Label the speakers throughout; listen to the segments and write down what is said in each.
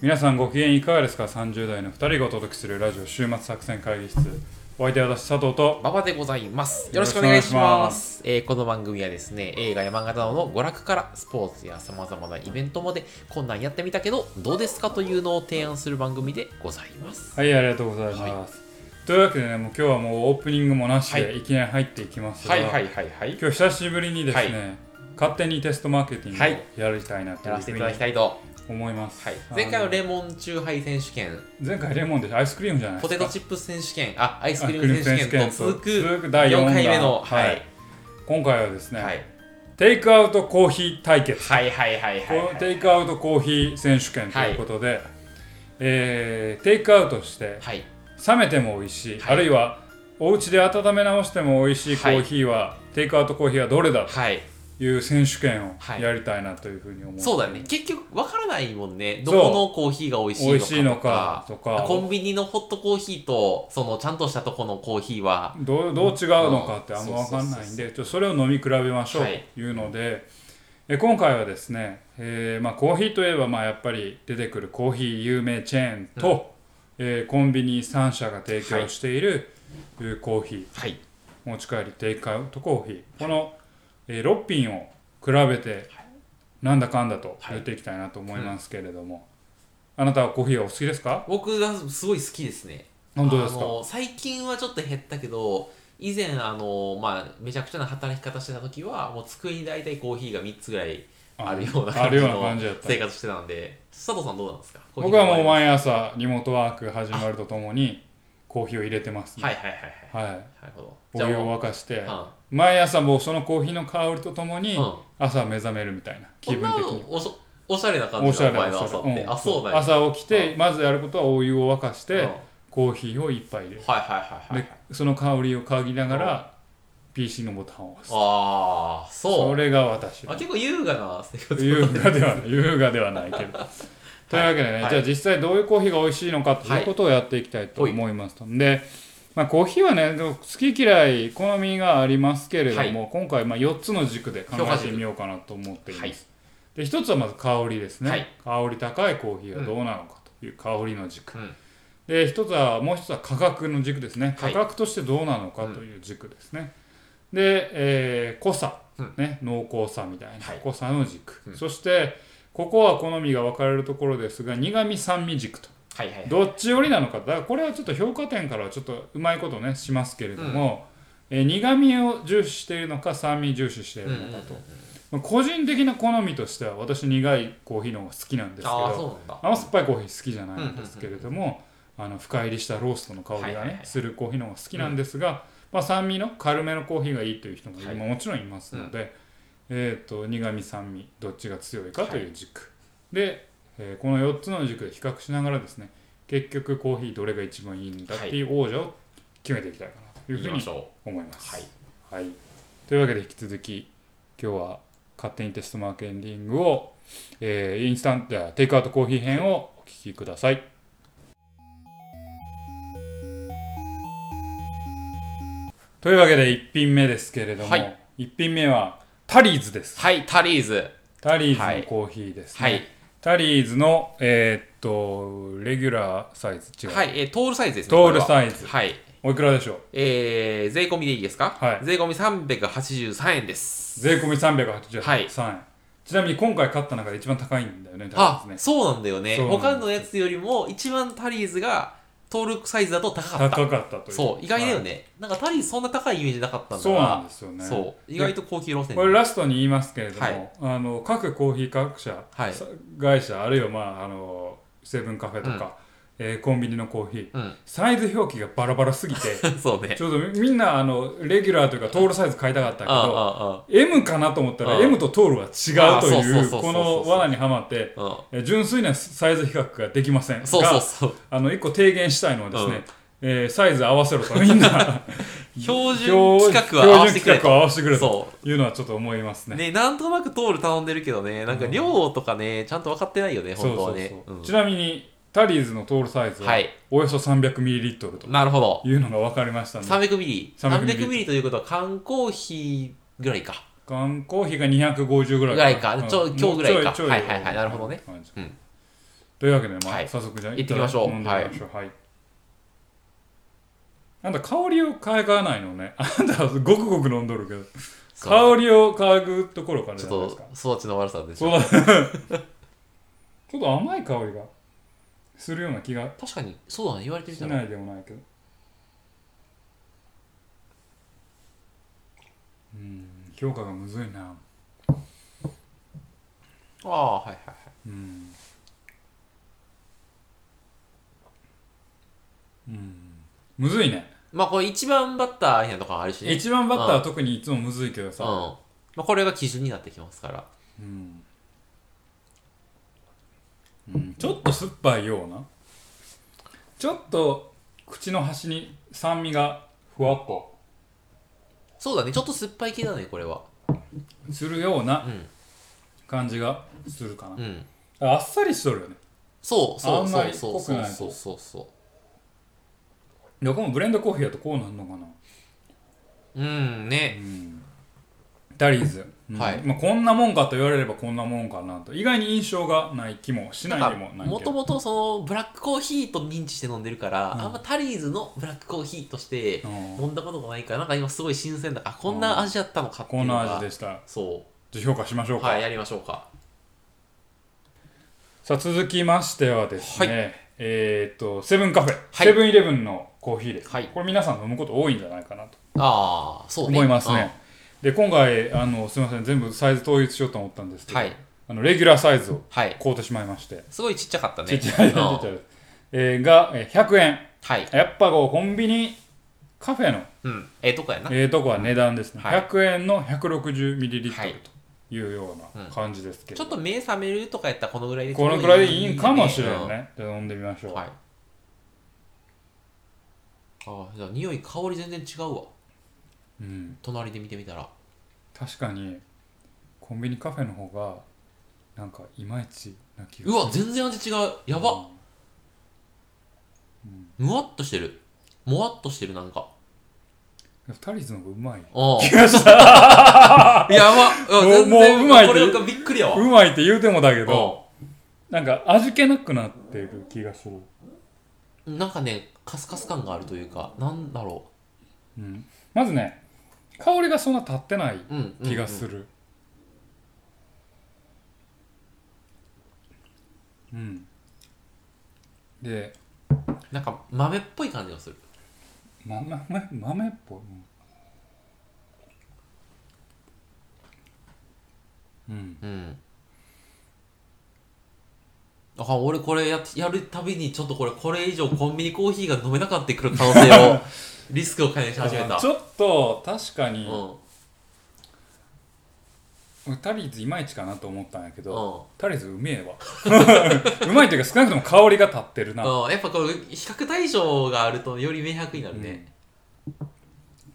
Speaker 1: 皆さんご機嫌いかがですか ?30 代の2人がお届けするラジオ週末作戦会議室。お相手は私、佐藤と、
Speaker 2: 馬場でございます。
Speaker 1: よろ
Speaker 2: よろ
Speaker 1: しく
Speaker 2: しく
Speaker 1: お
Speaker 2: お
Speaker 1: 願
Speaker 2: 願
Speaker 1: い
Speaker 2: い
Speaker 1: し
Speaker 2: し
Speaker 1: ま
Speaker 2: ます。えーこの番組はですね、映画や漫画などの娯楽からスポーツや様々なイベントまで、こんなんやってみたけど、どうですかというのを提案する番組でございます。
Speaker 1: はい、ありがとうございます。というわけでね、もう今日はもうオープニングもなし
Speaker 2: は
Speaker 1: でいきなり入っていきますが、
Speaker 2: はいはいはいはい。
Speaker 1: 今日久しぶりにですね、
Speaker 2: は
Speaker 1: 勝手にテストマーケティング
Speaker 2: はい
Speaker 1: をやりたいなと
Speaker 2: や
Speaker 1: いう
Speaker 2: らせ
Speaker 1: ふ
Speaker 2: て
Speaker 1: う
Speaker 2: い
Speaker 1: に
Speaker 2: ただきたいと。
Speaker 1: 思います。
Speaker 2: はい。前回の
Speaker 1: レ
Speaker 2: レモンチューハイ選手権、
Speaker 1: 前回レモンでアイスクリームじゃない
Speaker 2: ポ
Speaker 1: で
Speaker 2: テ
Speaker 1: すか。
Speaker 2: トチップス選手権、あ、アイスクリーム選手権と続
Speaker 1: アイスクリーム選手権と続
Speaker 2: く
Speaker 1: く第四
Speaker 2: 4
Speaker 1: 弾
Speaker 2: 回目の、
Speaker 1: は
Speaker 2: はいい。
Speaker 1: 今回はですね、
Speaker 2: はい。
Speaker 1: テイクアウトコーヒー対決、
Speaker 2: はいはいはいはい
Speaker 1: この
Speaker 2: は
Speaker 1: テ
Speaker 2: い。
Speaker 1: イクアウトコーヒー選手権ということで、えーテイクアウトして
Speaker 2: はい。
Speaker 1: 冷めても美味しい、
Speaker 2: はい
Speaker 1: あるいはお家で温め直しても美味しいコ
Speaker 2: はい
Speaker 1: ーヒーは、テイクアウトコーヒーはどれだ
Speaker 2: はい。
Speaker 1: という選手権
Speaker 2: は
Speaker 1: を
Speaker 2: い
Speaker 1: やりたいなというふうに思う、
Speaker 2: そうだね結局わからないもんね
Speaker 1: そ
Speaker 2: ど
Speaker 1: う
Speaker 2: このコーヒーが美味しいの
Speaker 1: 美
Speaker 2: か
Speaker 1: 味しいのかとか
Speaker 2: コンビニのホットコーヒーとそのちゃんとしたとこのコーヒーは
Speaker 1: どうどう違うのかってあんま分かんないんでちょっとそれを飲み比べましょう
Speaker 2: はい
Speaker 1: というので、え今回はですね、えーまあ、コーヒーといえばまあやっぱり出てくるコーヒー有名チェーンと、えーコンビニ3社が提供している、えーコーヒー
Speaker 2: はい
Speaker 1: 持ち帰りテイクアウトコーヒーこの、え6品を比べてなんだかんだと
Speaker 2: はい
Speaker 1: 言っていきたいなと思いますけれども、あなたはコーヒーはお好きですか
Speaker 2: 僕はすごい好きですね
Speaker 1: 本当です
Speaker 2: あ
Speaker 1: か
Speaker 2: の最近はちょっと減ったけど以前あの、まあ、めちゃくちゃな働き方してた時はもう机に大体コーヒーが3つぐらいあるような
Speaker 1: あ
Speaker 2: 感
Speaker 1: るよ
Speaker 2: じ
Speaker 1: うな
Speaker 2: の
Speaker 1: 感じだった
Speaker 2: 生活してたんで佐藤さんどうなんですかコーヒー
Speaker 1: 僕はもう毎朝リモートワーク始まるとともにコーヒーを入れてます、
Speaker 2: はいはいはいはい
Speaker 1: はい、
Speaker 2: なるほど
Speaker 1: お湯
Speaker 2: もう
Speaker 1: を沸かして
Speaker 2: は
Speaker 1: 毎朝もうそのコーヒーの香りとともに
Speaker 2: うん
Speaker 1: 朝目覚めるみたいな気
Speaker 2: こん
Speaker 1: 分
Speaker 2: な
Speaker 1: 的
Speaker 2: の
Speaker 1: に
Speaker 2: おしおしゃれな感
Speaker 1: お
Speaker 2: じ
Speaker 1: しゃ
Speaker 2: だ
Speaker 1: れ
Speaker 2: 前の
Speaker 1: おし
Speaker 2: 朝
Speaker 1: ゃ
Speaker 2: っ
Speaker 1: れ
Speaker 2: て、
Speaker 1: うん
Speaker 2: あそうだよ
Speaker 1: 朝起きてまずやることはお湯を沸かし
Speaker 2: うん
Speaker 1: て
Speaker 2: はい
Speaker 1: コーヒーを一杯入れる
Speaker 2: はいはいはい
Speaker 1: でその香りを嗅ぎながら PC のボタンを押す
Speaker 2: ああそ
Speaker 1: そうれが私の
Speaker 2: あ結構優雅な生活
Speaker 1: 優雅ではない優雅ではないけ どというわけでね、
Speaker 2: はい
Speaker 1: じゃあ実際どういうコーヒーが美味しいのかということをやっていきたいと思いますので、まあ、コーヒーはねでも好き嫌い好みがありますけれども、今回まあ4つの軸で考えてみようかなと思っています、
Speaker 2: はい
Speaker 1: で1つはまず香りですね、
Speaker 2: はい
Speaker 1: 香り高いコーヒーはどうなのかという香りの軸、
Speaker 2: うん
Speaker 1: で1つはもう1つは価格の軸ですね
Speaker 2: は
Speaker 1: 価
Speaker 2: い
Speaker 1: 格としてどうなのかという軸ですね、で、えー濃さ、
Speaker 2: うん
Speaker 1: ね、濃厚さみたいな
Speaker 2: はい
Speaker 1: 濃さの軸、
Speaker 2: うん
Speaker 1: そしてここは好みが分かれるところですが苦味酸味軸と
Speaker 2: はいはい
Speaker 1: どっち寄りなのかだからこれはちょっと評価点からはちょっとうまいことねしますけれども、えー苦味を重視しているのか酸味重視しているのかと、まあ個人的な好みとしては私苦いコーヒーの方が好きなんですけど
Speaker 2: ああそうなんだ
Speaker 1: 甘酸っぱいコーヒー好きじゃないんですけれども、あの深入りしたローストの香りがね、
Speaker 2: はいはいはい
Speaker 1: するコーヒーの方が好きなんですが、まあ、酸味の軽めのコーヒーがいいという人も今
Speaker 2: はい
Speaker 1: もちろんいますので、えー、と苦味酸味どっちが強いかという軸、で、えーこの4つの軸で比較しながらですね結局コーヒーどれが一番いいんだっていう王者を決めていきたいかなというふ
Speaker 2: 行き
Speaker 1: う
Speaker 2: ま
Speaker 1: に
Speaker 2: しょ
Speaker 1: 思いま
Speaker 2: う
Speaker 1: す。
Speaker 2: はい
Speaker 1: はい、というわけで引き続き今日は勝手にテストマーケティングを、えーインスタントあテイクアウトコーヒー編をお聞きください。というわけで1品目ですけれども、
Speaker 2: はい
Speaker 1: 1品目はタリーズです。
Speaker 2: はいタリーズ
Speaker 1: タリーズのコーヒーですね。
Speaker 2: はい
Speaker 1: タリーズの、えーっとレギュラーサイズ違う、
Speaker 2: はいえートールサイズですね
Speaker 1: トール
Speaker 2: これは
Speaker 1: サイズ
Speaker 2: はい
Speaker 1: おいくらでしょう
Speaker 2: えー税込みでいいですか
Speaker 1: はい
Speaker 2: 税込み383円です
Speaker 1: 税込み383円、
Speaker 2: はい
Speaker 1: ちなみに今回買った中で一番高いんだよね
Speaker 2: あ
Speaker 1: 多分ですね
Speaker 2: そうなんだよね
Speaker 1: そうなんです
Speaker 2: 他のやつよりも一番タリーズがトールサイズだと高かった
Speaker 1: 高かったという
Speaker 2: そう意外だよねなんかタリーズそんな高いイメージなかったんだ
Speaker 1: はい
Speaker 2: が
Speaker 1: そうなんですよね
Speaker 2: そう意外と高級路線
Speaker 1: これラストに言いますけれども、
Speaker 2: はい
Speaker 1: あの各コーヒー各社、
Speaker 2: はい
Speaker 1: さ会社あるいはまああのセブンカフェとか、えーコンビニのコーヒー
Speaker 2: うん
Speaker 1: サイズ表記がバラバラすぎて
Speaker 2: そうね
Speaker 1: ちょうどみみんなあのレギュラーというかトールサイズ買いたかったけ
Speaker 2: ああ
Speaker 1: ど
Speaker 2: あ
Speaker 1: M かなと思ったら
Speaker 2: うん
Speaker 1: M とトールは違うと
Speaker 2: あそうそう
Speaker 1: い
Speaker 2: そう
Speaker 1: う
Speaker 2: そう
Speaker 1: この罠にはまって
Speaker 2: ああ
Speaker 1: えー純粋なサイズ比較ができません
Speaker 2: あそうそう
Speaker 1: が
Speaker 2: そう
Speaker 1: あの一個提言したいのはですね、
Speaker 2: うん
Speaker 1: えーサイズ合わせろとみんな
Speaker 2: 標準規格は合わせてく
Speaker 1: 標準規
Speaker 2: れ
Speaker 1: 格
Speaker 2: と
Speaker 1: は合わせてくれと
Speaker 2: そ
Speaker 1: いうのはちょっと思います
Speaker 2: う
Speaker 1: ね。
Speaker 2: ねなんとなくトール頼んでるけどねなんか量とかねちゃんと分かってないよね
Speaker 1: そう
Speaker 2: 本当
Speaker 1: そ
Speaker 2: は
Speaker 1: う
Speaker 2: ね
Speaker 1: そう、
Speaker 2: うん
Speaker 1: ちなみにタリーズのトールサイズは
Speaker 2: はい
Speaker 1: およそ 300ml と
Speaker 2: なるほど
Speaker 1: いうのが分かりましたので、
Speaker 2: 300ミリ
Speaker 1: 300
Speaker 2: 300ミリということは缶コーヒーぐらいか
Speaker 1: 缶コーヒーが250ぐらい
Speaker 2: ぐらいかちょ今日ぐらいかはいはいはいなるほどね
Speaker 1: 感じ
Speaker 2: うん
Speaker 1: というわけで、まあ
Speaker 2: はい
Speaker 1: 早速じゃあ
Speaker 2: 行ってきましょう
Speaker 1: 飲んでみましょうはい、あんた香りを嗅がないのねあんたはごくごく飲んどるけど
Speaker 2: そう
Speaker 1: 香りを嗅ぐところから
Speaker 2: ち
Speaker 1: じゃない
Speaker 2: ょ
Speaker 1: で
Speaker 2: っ
Speaker 1: すか
Speaker 2: と育ちの悪さでし
Speaker 1: そ
Speaker 2: ょ
Speaker 1: うだちょっと甘い香りがするような気が
Speaker 2: 確かにそうだね言われてみ
Speaker 1: した
Speaker 2: ら
Speaker 1: ないでもないけどうん評価がむずいな
Speaker 2: ああはいはいはい
Speaker 1: うんうんむずいね
Speaker 2: まあこれ一番バッターみたいなとこあるしね
Speaker 1: 一番バッターは特にいつもむずいけど
Speaker 2: うん
Speaker 1: さ、
Speaker 2: まあ、これが基準になってきますから
Speaker 1: うんうんちょっと酸っぱいようなちょっと口の端に酸味がふわっと
Speaker 2: そうだねちょっと酸っぱい系だねこれは
Speaker 1: するような
Speaker 2: うん
Speaker 1: 感じがするかな、
Speaker 2: うん
Speaker 1: あっさりしとるよね
Speaker 2: そうそ
Speaker 1: あ
Speaker 2: うん
Speaker 1: ま
Speaker 2: そう
Speaker 1: り
Speaker 2: そう
Speaker 1: 濃く
Speaker 2: そう
Speaker 1: ないと
Speaker 2: そうそうそ
Speaker 1: どこもブレンドコーヒーだとこうなんのかな
Speaker 2: ううんね
Speaker 1: うんダリーズ、うん
Speaker 2: はい
Speaker 1: まあ、こんなもんかと言われればこんなもんかなと意外に印象がない気もしないでもない
Speaker 2: も
Speaker 1: け
Speaker 2: と
Speaker 1: ど
Speaker 2: もとそのブラックコーヒーと認知して飲んでるから、
Speaker 1: うん
Speaker 2: あんまタリーズのブラックコーヒーとして
Speaker 1: うん
Speaker 2: 飲んだことがないからなんか今すごい新鮮だあこんな味だったのかってい
Speaker 1: こ
Speaker 2: うんのが
Speaker 1: な味でした
Speaker 2: そ
Speaker 1: じゃあ評価しましょ
Speaker 2: う
Speaker 1: うか、
Speaker 2: はいやりましょうか
Speaker 1: さあ続きましてはですね、
Speaker 2: は
Speaker 1: えーっとセブンカフェ、
Speaker 2: はい
Speaker 1: セブンイレブンのコーヒーです、
Speaker 2: はい
Speaker 1: これ皆さん飲むこと多いんじゃないかなと
Speaker 2: ああそうね
Speaker 1: 思いますねで今回あのすみません全部サイズ統一しようと思ったんです
Speaker 2: う
Speaker 1: け
Speaker 2: ん
Speaker 1: ど、
Speaker 2: はい
Speaker 1: あのレギュラーサイズを
Speaker 2: はい
Speaker 1: 買うてしまいまして
Speaker 2: すごいちっちゃかったね
Speaker 1: ちっちゃいちっちゃいちっちゃいえーがえー100円
Speaker 2: はい
Speaker 1: やっぱこうコンビニカフェの
Speaker 2: うんええとこやな
Speaker 1: ええとこは値段ですね、
Speaker 2: はい
Speaker 1: 100円の 160ml
Speaker 2: はい
Speaker 1: というような感じですけ
Speaker 2: ちょ
Speaker 1: ど、
Speaker 2: っと目覚めるとかやったらこのぐらいで
Speaker 1: このくらいでいいんかもしれないね、じゃあ飲んでみまし
Speaker 2: うん
Speaker 1: ょう、
Speaker 2: はいああじゃあ匂い香り全然違うわ
Speaker 1: うん、
Speaker 2: 隣で見てみたら
Speaker 1: 確かにコンビニカフェの方がなんかいまいちな気が
Speaker 2: うわ全然味違うやばむわっとしてるもわっとしてるなんか
Speaker 1: うんタリーズの方がうまい
Speaker 2: あ
Speaker 1: 気がした
Speaker 2: あ やば
Speaker 1: もう
Speaker 2: 全然
Speaker 1: もううまいって
Speaker 2: これがびっくりやわ
Speaker 1: うまいって言うてもだけど
Speaker 2: う
Speaker 1: なんか味気なくなってる気がする、
Speaker 2: んなんかねカスカス感があるというかなんだろ
Speaker 1: うん、まずね香りがそんな立ってないう
Speaker 2: うん
Speaker 1: 気がす
Speaker 2: る
Speaker 1: るうん、で
Speaker 2: なんか豆っぽい感じがする
Speaker 1: ま豆豆っぽいうん、うん
Speaker 2: うんあかん俺これややるたびにちょっとこれこれ以上コンビニコーヒーが飲めなかったくる可能性 をリスクを加減し始めた
Speaker 1: ちょっと確か
Speaker 2: うん
Speaker 1: に、タリーズいまいちかなと思ったんやけど、
Speaker 2: う
Speaker 1: タリーズうめえわうまいというか少なくとも香りが立ってるな、
Speaker 2: んうん、やっぱこう比較対象があるとより明白になるね、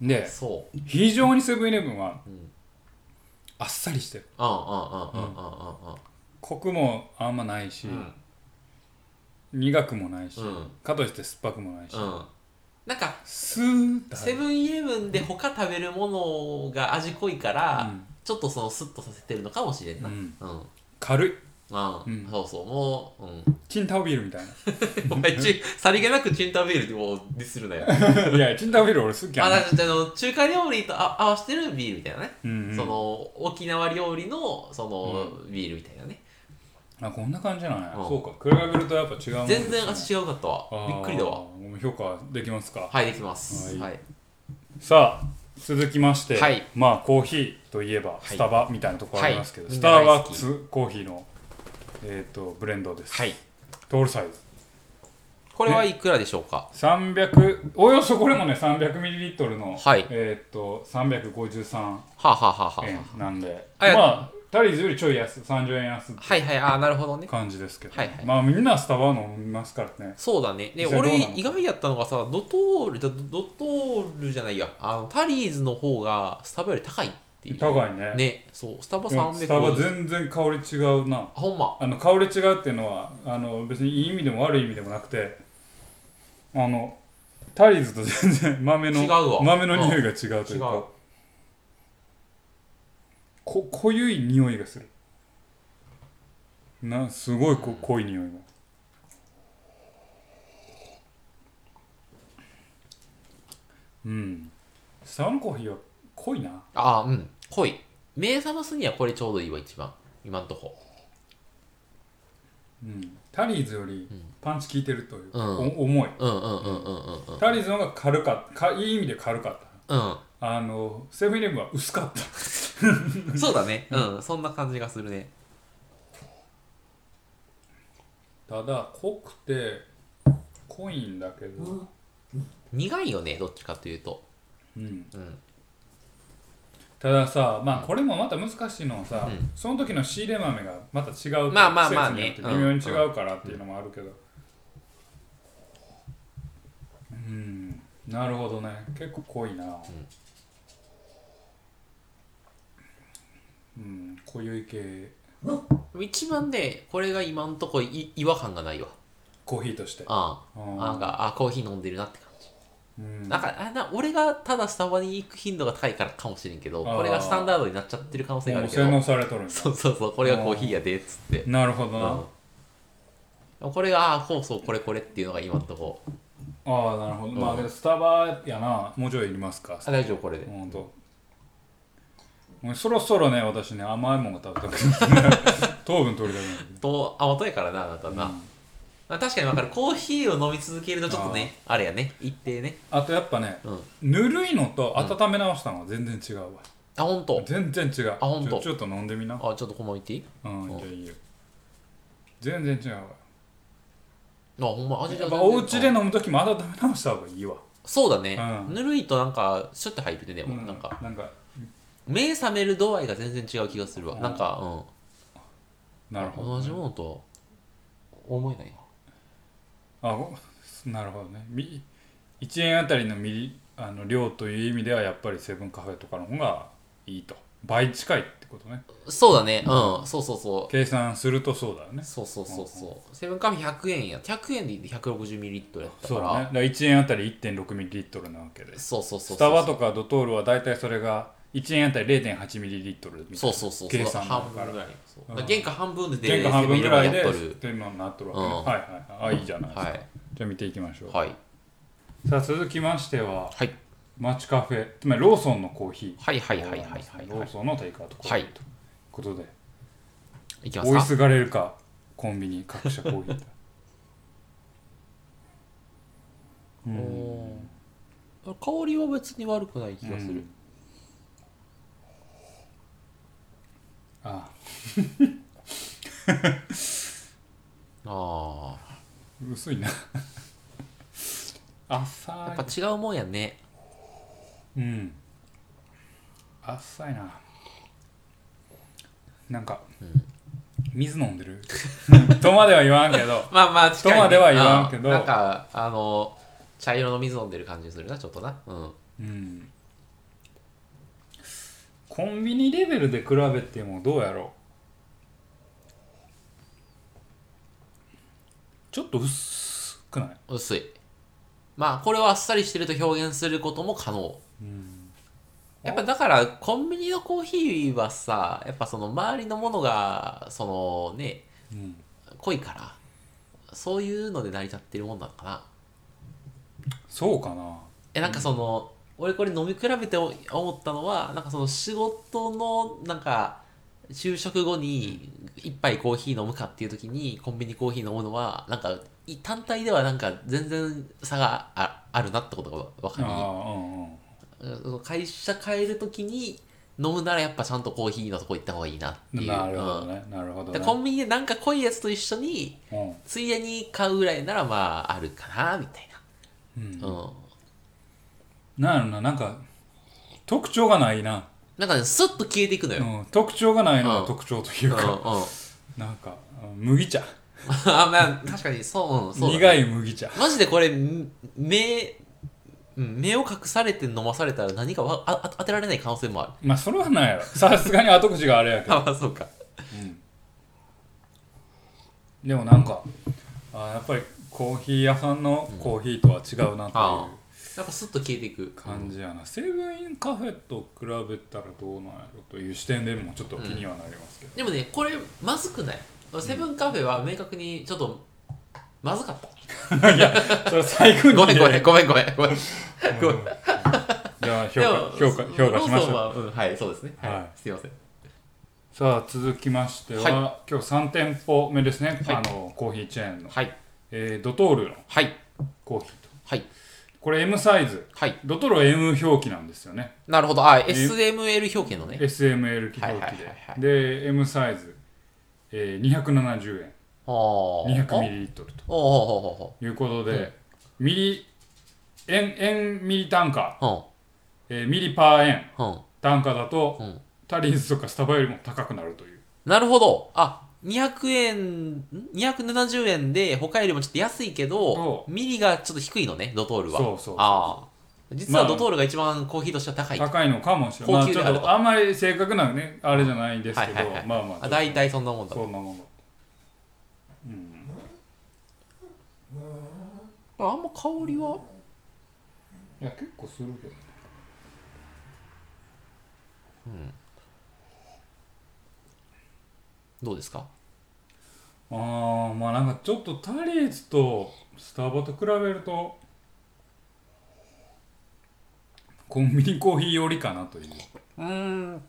Speaker 1: で
Speaker 2: そう
Speaker 1: 非常にセブンイレブンは
Speaker 2: うんうん
Speaker 1: あっさりしてる
Speaker 2: うんうんうんうんうん
Speaker 1: コクもあんまないし、
Speaker 2: うん
Speaker 1: 苦くもないし、
Speaker 2: うん
Speaker 1: かといって酸っぱくもないし、
Speaker 2: うんなんか
Speaker 1: スーッて入
Speaker 2: セ
Speaker 1: る
Speaker 2: ブンイレブンで他食べるものが味濃いから、
Speaker 1: うん
Speaker 2: ちょっとそのスッとさせてるのかもしれんな
Speaker 1: うん
Speaker 2: うん、うん
Speaker 1: 軽いうん
Speaker 2: そうそうもう、うん、
Speaker 1: チンタオビールみたい
Speaker 2: お前ちさりげなくチンタービールでもうディスるなよ
Speaker 1: な いやチンタオビール俺好きや
Speaker 2: あ
Speaker 1: な、
Speaker 2: だからあの中華料理とあ合わせてるビールみたいなね、
Speaker 1: うんうん
Speaker 2: その沖縄料理のその、ビールみたいなね
Speaker 1: あこんな感じなんや、
Speaker 2: うん
Speaker 1: そうか比べるとやっぱ違うもんですね
Speaker 2: 全然味違うかったわびっくりだわ
Speaker 1: あーもう評価できますか、
Speaker 2: はいできます
Speaker 1: は
Speaker 2: はいい、
Speaker 1: さあ続きまして、
Speaker 2: はい
Speaker 1: まあコーヒーといえばスタバみたいなところありますけど、
Speaker 2: はい
Speaker 1: スターバックスコーヒーの、えー、とブレンドです、
Speaker 2: はい、
Speaker 1: トールサイズ
Speaker 2: これはいくらでしょうか、
Speaker 1: 300おおよそこれもね 300ml の、
Speaker 2: はい
Speaker 1: えっ、と353
Speaker 2: はあ、はあはあはあ
Speaker 1: 円
Speaker 2: は
Speaker 1: なんで
Speaker 2: あいや
Speaker 1: まあタリーズよりちょい安30円安って
Speaker 2: あはいはいあーなるほどね
Speaker 1: 感じですけど、
Speaker 2: はいはい
Speaker 1: まあみんなスタバ飲みますからね
Speaker 2: そうだね。で、
Speaker 1: 実際どうな
Speaker 2: 俺
Speaker 1: のか、
Speaker 2: 意外やったのがさ、ドトール、ドドトールじゃないや、あの、タリーズの方が、スタバより高いっていう。
Speaker 1: 高いね
Speaker 2: ね、そう、スタバ
Speaker 1: でも
Speaker 2: 300
Speaker 1: スタバ全然香り違うな
Speaker 2: あ、ほんま。
Speaker 1: あの香り違うっていうのはあの別にいい意味でも悪い意味でもなくてあのタリーズと全然豆の
Speaker 2: 違うわ
Speaker 1: 豆の匂いが違うという
Speaker 2: 違う。
Speaker 1: かこ濃ゆい匂いがするなすごいこ濃い匂いがうんサウナコーヒーは濃いな
Speaker 2: ああ、うん。濃い。目覚ますにはこれちょうどいいわ、一番。今んとこ。
Speaker 1: うんタリーズよりパンチ効いてるというか、
Speaker 2: うん
Speaker 1: お重い
Speaker 2: うんうんうんうんうんうん。
Speaker 1: タリーズの方が軽かったかいい意味で軽かっ
Speaker 2: うん。
Speaker 1: たあのセブンイレブンは薄かった
Speaker 2: そうだね。うん。そんな感じがするね。
Speaker 1: ただ濃くて濃いんだけど、
Speaker 2: 苦いよね、どっちかというと。
Speaker 1: うん、
Speaker 2: うん。
Speaker 1: たださまあこれもまた難しいのはさ、
Speaker 2: うん
Speaker 1: その時の仕入れ豆がまた違う
Speaker 2: まあまあまあ
Speaker 1: 季
Speaker 2: ね
Speaker 1: 節によって微妙に違うからっていうのもあるけどうん、なるほどね結構濃いなうん、濃ゆい系
Speaker 2: 一番ね、これが今んとこい違和感がないわ。
Speaker 1: コーヒーとして
Speaker 2: あ
Speaker 1: う
Speaker 2: あ。
Speaker 1: ん
Speaker 2: なんか、あコーヒー飲んでるなって感じ。
Speaker 1: うん
Speaker 2: なんか、あな俺がただスタバに行く頻度が高いからかもしれんけど、
Speaker 1: あー
Speaker 2: これがスタンダードになっちゃってる可能性があ
Speaker 1: もう
Speaker 2: るけ
Speaker 1: 洗
Speaker 2: ど。
Speaker 1: 脳されとるんや
Speaker 2: そうそうそう、これがコーヒーやで、つって。
Speaker 1: なるほどな、
Speaker 2: うん。これが、ああ、こうそう、これこれっていうのが今んとこ。
Speaker 1: ああなるほど、ま
Speaker 2: う
Speaker 1: あ
Speaker 2: ん
Speaker 1: けどスタバやなもうちょいいりますか
Speaker 2: あ、大丈夫、これで。
Speaker 1: ほんともうそろそろね私ね甘いもんが食べたくな って糖分取りたくなって
Speaker 2: と、あ、元やからな、あなたな。まあ、確かにわかる。コーヒーを飲み続けるとちょっとね、あれやね、一定ね。
Speaker 1: あとやっぱね
Speaker 2: うん。
Speaker 1: ぬるいのと温め直したのは全然違うわ、
Speaker 2: あ、ほんと。
Speaker 1: 全然違う
Speaker 2: あほんと
Speaker 1: ちょちょっと飲んでみな
Speaker 2: あ、ちょっとこのまま行っていい
Speaker 1: うん
Speaker 2: うん
Speaker 1: いいよいいよ全然違うわ
Speaker 2: あ、ほんま、味が
Speaker 1: やっ
Speaker 2: 全
Speaker 1: ぱ
Speaker 2: 然
Speaker 1: お家で飲む時も温め直した方がいいわ
Speaker 2: そうだね。
Speaker 1: うん
Speaker 2: ぬるいとなんか、シュッて入るね、でも。
Speaker 1: う
Speaker 2: なんか、
Speaker 1: なんか
Speaker 2: 目覚める度合いが全然違う気がするわ。
Speaker 1: うん
Speaker 2: なんか、うん。
Speaker 1: なるほど、
Speaker 2: 同じものと思えないな
Speaker 1: あおなるほどねみ1円あたりのミリあの量という意味ではやっぱりセブンカフェとかの方がいいと倍近いってことね
Speaker 2: そうだねうんそうそうそ
Speaker 1: 計算するとそうだよね
Speaker 2: うそうそうそうそうセブンカフェ100円や100円で160ミリリットルやった
Speaker 1: そ
Speaker 2: か
Speaker 1: うだね
Speaker 2: ら
Speaker 1: だから1円あたり1 6ミリリットルなわけです
Speaker 2: そうそうそうそう
Speaker 1: スタバとかドトールは大体それが1円あたり0 8ミリリットルみたいな
Speaker 2: そうそうそう
Speaker 1: 計算だ
Speaker 2: 半
Speaker 1: か
Speaker 2: 分ぐ
Speaker 1: ら
Speaker 2: らいそう
Speaker 1: うん
Speaker 2: だから原価半分で
Speaker 1: 原価半分ぐらいで
Speaker 2: セブンイレブンやっ
Speaker 1: って今なっとるわけ
Speaker 2: う
Speaker 1: ね、
Speaker 2: ん
Speaker 1: はいはいはいあいいじゃないです
Speaker 2: と
Speaker 1: か、
Speaker 2: る
Speaker 1: じゃあ見ていきましょう、
Speaker 2: はいはい
Speaker 1: さあ続きましては
Speaker 2: はい
Speaker 1: 街カフェつまりローソンのコーヒー
Speaker 2: はいはいはいはいはい
Speaker 1: ロ
Speaker 2: は
Speaker 1: ーソンのテイクアウトコーヒーということで、
Speaker 2: いいきま
Speaker 1: 追い
Speaker 2: すか
Speaker 1: すがれるかコンビニ各社コーヒー う
Speaker 2: お
Speaker 1: ん
Speaker 2: ー香りは別に悪くない気がす
Speaker 1: う
Speaker 2: る
Speaker 1: んあ
Speaker 2: ああ
Speaker 1: 薄いな
Speaker 2: や
Speaker 1: 浅
Speaker 2: っぱ違うもんやね
Speaker 1: いうん浅いななんか、水飲んでる とまでは言わんけど
Speaker 2: まあまあ近いね
Speaker 1: とまでは言わんけど
Speaker 2: うなんかあの茶色の水飲んでる感じするなちょっとなうん
Speaker 1: うんコンビニレベルで比べてもどうやろうちょっと薄くない
Speaker 2: 薄いまあこれはあっさりしてると表現することも可能
Speaker 1: うん
Speaker 2: やっぱだからコンビニのコーヒーはさやっぱその周りのものがそのね
Speaker 1: うん
Speaker 2: 濃いからそういうので成り立ってるもんなのかな
Speaker 1: そうかな
Speaker 2: えなんかその、俺これ飲み比べて思ったのはなんかその仕事のなんか就職後に一杯コーヒー飲むかっていう時にコンビニコーヒー飲むのはなんかい単体ではなんか全然差がああるなってことが分か
Speaker 1: あ
Speaker 2: り
Speaker 1: あうんうん
Speaker 2: うん会社帰るときに飲むならやっぱちゃんとコーヒーのとこ行った方がいいなっていう。
Speaker 1: なるほどね、なるほ
Speaker 2: う
Speaker 1: ど
Speaker 2: んで
Speaker 1: ね。
Speaker 2: コンビニでなんか濃いやつと一緒に
Speaker 1: うん
Speaker 2: ついでに買うぐらいならまああるかなみたい
Speaker 1: うん
Speaker 2: な、うん、
Speaker 1: なんやろな、なんか特徴がないな、
Speaker 2: なんかねスッと消えていくの
Speaker 1: う
Speaker 2: よ、
Speaker 1: ん、特徴がないの
Speaker 2: うん
Speaker 1: が特徴という
Speaker 2: うんうん、
Speaker 1: か、なんかうん麦茶、
Speaker 2: あまあ確かにそう,、うん、そうだね
Speaker 1: 苦い麦茶。
Speaker 2: マジでこれん目うん目を隠されて飲まされたら何かわああ当てられない可能性もある
Speaker 1: まあそれはない やろ。さすがに後 口があれやけど。
Speaker 2: あまあそうか
Speaker 1: うんでもなんか、あやっぱりコーヒー屋さんのコーヒーとは違うなって
Speaker 2: あ
Speaker 1: いう
Speaker 2: なんかスッと消えていく
Speaker 1: 感じやな。セブンインカフェと比べたらどうなんやろという視点でもちょっと気にはなりますけど。
Speaker 2: でもねこれまずくないセブンカフェは明確にちょっとまずかった。
Speaker 1: それ最高に
Speaker 2: ごめんごめんごめんごめんごめん。ごめん
Speaker 1: うんじゃあ 評
Speaker 2: で
Speaker 1: 価
Speaker 2: も
Speaker 1: 評価評価しまし
Speaker 2: ローソン
Speaker 1: ょう
Speaker 2: は、うん、はい、そうですね。はい。
Speaker 1: はい
Speaker 2: すいません。
Speaker 1: さあ続きましては、
Speaker 2: は
Speaker 1: 今日3店舗目ですね、
Speaker 2: はい
Speaker 1: あのコーヒーチェーンの、
Speaker 2: はい。
Speaker 1: えードトールの
Speaker 2: はい。
Speaker 1: コーヒーと
Speaker 2: はい。
Speaker 1: これ M サイズ
Speaker 2: はい。
Speaker 1: ドトールは M 表記なんですよね
Speaker 2: なるほど。あ、SML 表記のね。
Speaker 1: SML 記
Speaker 2: はい
Speaker 1: 表
Speaker 2: はい
Speaker 1: 記
Speaker 2: はいはい
Speaker 1: でで M サイズ、えー270円
Speaker 2: あー
Speaker 1: 200ミリリットル
Speaker 2: おお
Speaker 1: ということで、ミリ円円ミリ単価、
Speaker 2: おお
Speaker 1: えーミリパー円
Speaker 2: おお
Speaker 1: 単価だと、
Speaker 2: うん
Speaker 1: タリーズとかスタバよりも高くなるという
Speaker 2: なるほど。あ、200円、ん270円で、他よりもちょっと安いけど
Speaker 1: そ、
Speaker 2: ミリがちょっと低いのね、ドトールは。
Speaker 1: そうそうそう
Speaker 2: ああ。実は
Speaker 1: まあ
Speaker 2: ドトールが一番コーヒーとしては高い。
Speaker 1: 高いのかもしれない、ま
Speaker 2: 高
Speaker 1: あ、
Speaker 2: 級
Speaker 1: ち
Speaker 2: で
Speaker 1: ょ
Speaker 2: あ
Speaker 1: っ
Speaker 2: ると
Speaker 1: とあんまり正確なねあれじゃないんですけど、
Speaker 2: はいはいはい
Speaker 1: まあまあ
Speaker 2: あ大体そんなもんだ。
Speaker 1: そんなもの
Speaker 2: ああんま香りはい
Speaker 1: や結構するけど
Speaker 2: どうですか
Speaker 1: ああまあなんかちょっとタリーズとスタバと比べるとコンビニコーヒーよりかなという
Speaker 2: うーん。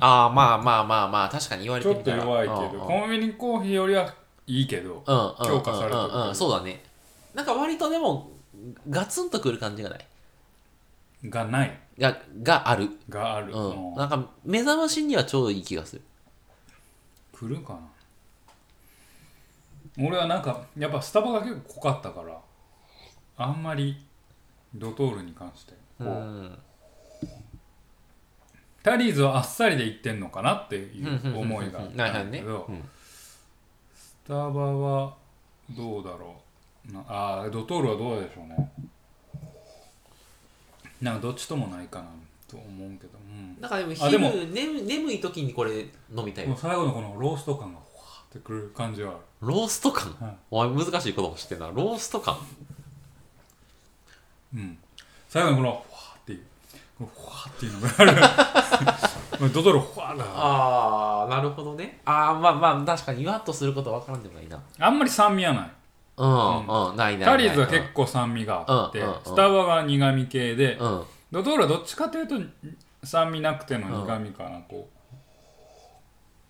Speaker 2: ああ、まあまあまあまあ、確かに言われ
Speaker 1: ち
Speaker 2: て
Speaker 1: ょ
Speaker 2: み
Speaker 1: ったと
Speaker 2: ら。
Speaker 1: 弱いけど、
Speaker 2: うんうん
Speaker 1: コンビニコーヒーよりはいいけど
Speaker 2: うんうん
Speaker 1: 強化されてる
Speaker 2: うんうんそうだねなんか割とでもガツンとくる感じがない
Speaker 1: がない
Speaker 2: ががある、
Speaker 1: がある、
Speaker 2: うん、
Speaker 1: うん
Speaker 2: なんか目覚ましにはちょうどいい気がする
Speaker 1: 来るかな俺はなんかやっぱスタバが結構濃かったからあんまりドトールに関して
Speaker 2: う
Speaker 1: こうんタリーズはあっさりでいってんのかなってい
Speaker 2: うんうん
Speaker 1: う思いがあっ
Speaker 2: うんなる
Speaker 1: た
Speaker 2: ほど
Speaker 1: んだ
Speaker 2: ね
Speaker 1: けど
Speaker 2: うん
Speaker 1: スタバはどうだろうなあードトールはどうでしょうねなんかどっちともないかなと思うけど、うん、
Speaker 2: なんかでも
Speaker 1: あで
Speaker 2: 昼
Speaker 1: も
Speaker 2: 眠眠い時にこれ飲みたい
Speaker 1: この
Speaker 2: わ
Speaker 1: 最後のこのロースト感がふわーってくる感じはある
Speaker 2: ロースト感、
Speaker 1: はい
Speaker 2: お前難しい言葉知ってんなロースト感
Speaker 1: うん、最後にこの「ふわ」っていうこのふわ」っていうのがあるまあ ドドロふわだな
Speaker 2: ああなるほどねああまあまあ確かに言わっとすることわからんでもないな
Speaker 1: あんまり酸味はない
Speaker 2: うんうん、ないない
Speaker 1: タ
Speaker 2: ない
Speaker 1: リーズは結構酸味があって、
Speaker 2: うんうんうん
Speaker 1: スタバが苦味系で、
Speaker 2: うん、うん、
Speaker 1: ドトールはどっちかというと酸味なくての苦味かなこ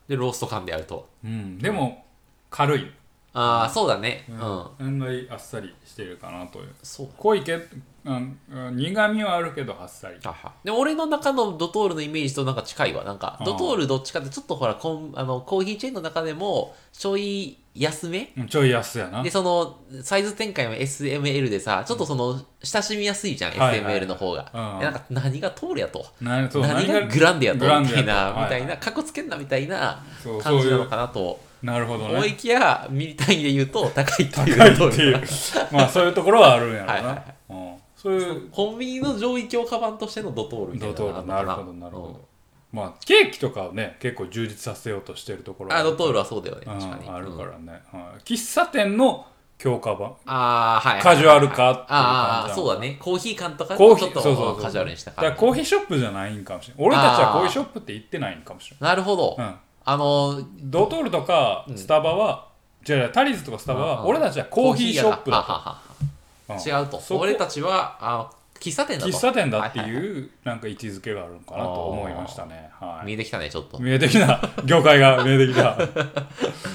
Speaker 2: でロースト感でやると
Speaker 1: う、うんでも軽い、
Speaker 2: ああそうだね
Speaker 1: うん
Speaker 2: うん、
Speaker 1: 案外あっさりしてるかなという
Speaker 2: そう
Speaker 1: 濃いけど、うんうん苦味はあるけどあっさり
Speaker 2: で俺の中のドトールのイメージとなんか近いわなんか
Speaker 1: あー
Speaker 2: ドトールどっちかってちょっとほらコンあのコーヒーチェーンの中でもちょい安め
Speaker 1: うんちょい安やな
Speaker 2: でそのサイズ展開も SML でさちょっとその親しみやすいじゃん、
Speaker 1: はいはい
Speaker 2: SML の方が、
Speaker 1: うん
Speaker 2: でなんか何が通るやと
Speaker 1: なそう
Speaker 2: 何がグランデやとみ
Speaker 1: グランデ
Speaker 2: たいな、
Speaker 1: やと
Speaker 2: みたい
Speaker 1: は
Speaker 2: なかっこつけんなみたいな
Speaker 1: そう
Speaker 2: 感じな
Speaker 1: そう
Speaker 2: の
Speaker 1: い
Speaker 2: かなと
Speaker 1: うなるほどね
Speaker 2: 思いきやミリ単位で言うと高いっていう
Speaker 1: 高い
Speaker 2: ドト
Speaker 1: って
Speaker 2: ール
Speaker 1: いう
Speaker 2: が
Speaker 1: まあそういうところはあるんやろうな、
Speaker 2: はいはいは
Speaker 1: うん、そういう
Speaker 2: コンビニの上位強化版としてのドトールみたい
Speaker 1: ド
Speaker 2: なの
Speaker 1: ト
Speaker 2: が
Speaker 1: ー
Speaker 2: あ
Speaker 1: ル
Speaker 2: る
Speaker 1: な
Speaker 2: の
Speaker 1: る
Speaker 2: か
Speaker 1: ほどなるほ
Speaker 2: うん
Speaker 1: どまあケーキとかをね結構充実させようとしてるところ
Speaker 2: あドトー
Speaker 1: ル
Speaker 2: ルはそうだよね確かに
Speaker 1: あるからね、はい喫茶店の強化版
Speaker 2: ああ、はい。
Speaker 1: カジュアル化っていう感じ
Speaker 2: あ
Speaker 1: なの
Speaker 2: あ、そうだね。コーヒー感とか
Speaker 1: コー
Speaker 2: ち
Speaker 1: ヒ
Speaker 2: ょっ
Speaker 1: ー
Speaker 2: と
Speaker 1: そうそうそう
Speaker 2: カジュアルにした
Speaker 1: だか
Speaker 2: から
Speaker 1: コーヒーショップじゃないんかもしれない俺たちはコーヒーショップって言ってないんかもしれ
Speaker 2: なるほど。
Speaker 1: ない、うん、
Speaker 2: あの、
Speaker 1: ドトールとかスタバは、違う違うタリーズとかスタバ
Speaker 2: うん
Speaker 1: は
Speaker 2: うん
Speaker 1: 俺たちはコーヒーショップ
Speaker 2: コ
Speaker 1: だ
Speaker 2: ーヒー屋だあはは
Speaker 1: と、うん
Speaker 2: は違うと。
Speaker 1: そこ
Speaker 2: 俺たちは、あ喫茶店だと。
Speaker 1: 喫茶店だって
Speaker 2: はいはいはい
Speaker 1: いうなんか位置づけがあるのかなと思いましたね、はい
Speaker 2: 見、えてきたね、ちょっと。
Speaker 1: 見えてきた業界が見えてきた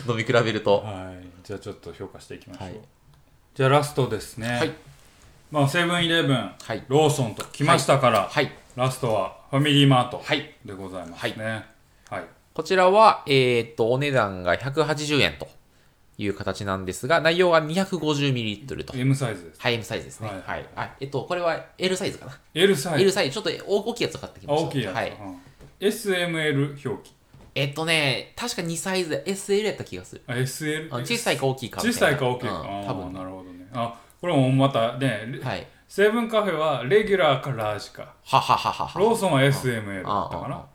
Speaker 2: 飲み比べると。
Speaker 1: はいじゃあちょっと評価していきましょう、
Speaker 2: はい
Speaker 1: じゃあラストですね、
Speaker 2: はい。
Speaker 1: まあ、セブンイレブン
Speaker 2: はい。
Speaker 1: ローソンと来ましたから、
Speaker 2: はい。
Speaker 1: ラストはファミリーマート
Speaker 2: はい。
Speaker 1: でございますねはい、
Speaker 2: こちらは、えーっと、お値段が180円という形なんですが、内容が 250ml と。
Speaker 1: M サイズです
Speaker 2: ハイ M サイズですね。
Speaker 1: はい
Speaker 2: はい。あえっと、これは L サイズかな。
Speaker 1: L サイ
Speaker 2: L
Speaker 1: ズ
Speaker 2: サイズ、ちょっと大大きいやつを買ってき
Speaker 1: あ
Speaker 2: ました。
Speaker 1: 大きいやつ、
Speaker 2: はい。
Speaker 1: うん SML 表記
Speaker 2: えっとね、確か2サイズ、SL やった気がする。
Speaker 1: あ SL
Speaker 2: あ小さいか大きいか
Speaker 1: 小
Speaker 2: みた
Speaker 1: さ
Speaker 2: ない
Speaker 1: か大きいか、
Speaker 2: うん、多分
Speaker 1: あー
Speaker 2: ね
Speaker 1: なるほどねあこれもまたね、レ
Speaker 2: はい
Speaker 1: セブンカフェはレギュラーかラージか
Speaker 2: ははははは
Speaker 1: ローソンは SML だったか
Speaker 2: ああ
Speaker 1: な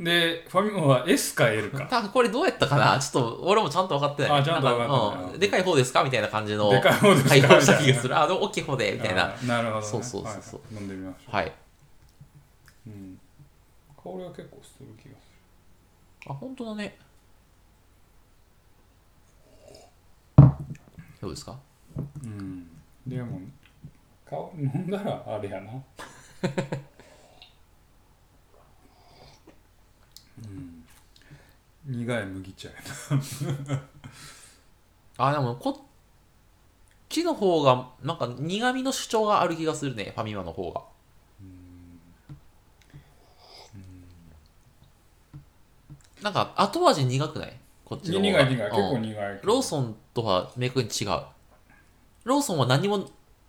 Speaker 1: でファミコンは S か L か
Speaker 2: 多分これどうやったか なちょっと俺もちゃんと分かってない
Speaker 1: あちゃんと分かってない
Speaker 2: んかうんでかい方ですかみたいな感じの
Speaker 1: でかい方ですか
Speaker 2: 回答した気
Speaker 1: みたい
Speaker 2: が
Speaker 1: な
Speaker 2: するあでも大きい方で みたいな
Speaker 1: あーなるほど、ね、
Speaker 2: そうそうそうそう
Speaker 1: はい飲んでみましょ
Speaker 2: はい
Speaker 1: うん、香りは結構する気がす
Speaker 2: あ本当だねどうですか
Speaker 1: うんでも顔飲んだらあれやな うん苦い麦茶やな
Speaker 2: あでもこっちの方がなんか苦味の主張がある気がするねファミマの方がなんか後味苦くないこっちの
Speaker 1: 苦
Speaker 2: 方
Speaker 1: い
Speaker 2: が
Speaker 1: 苦い結
Speaker 2: う
Speaker 1: 構
Speaker 2: ん
Speaker 1: 苦いけど
Speaker 2: ローソンとは明確に違うローソンは何も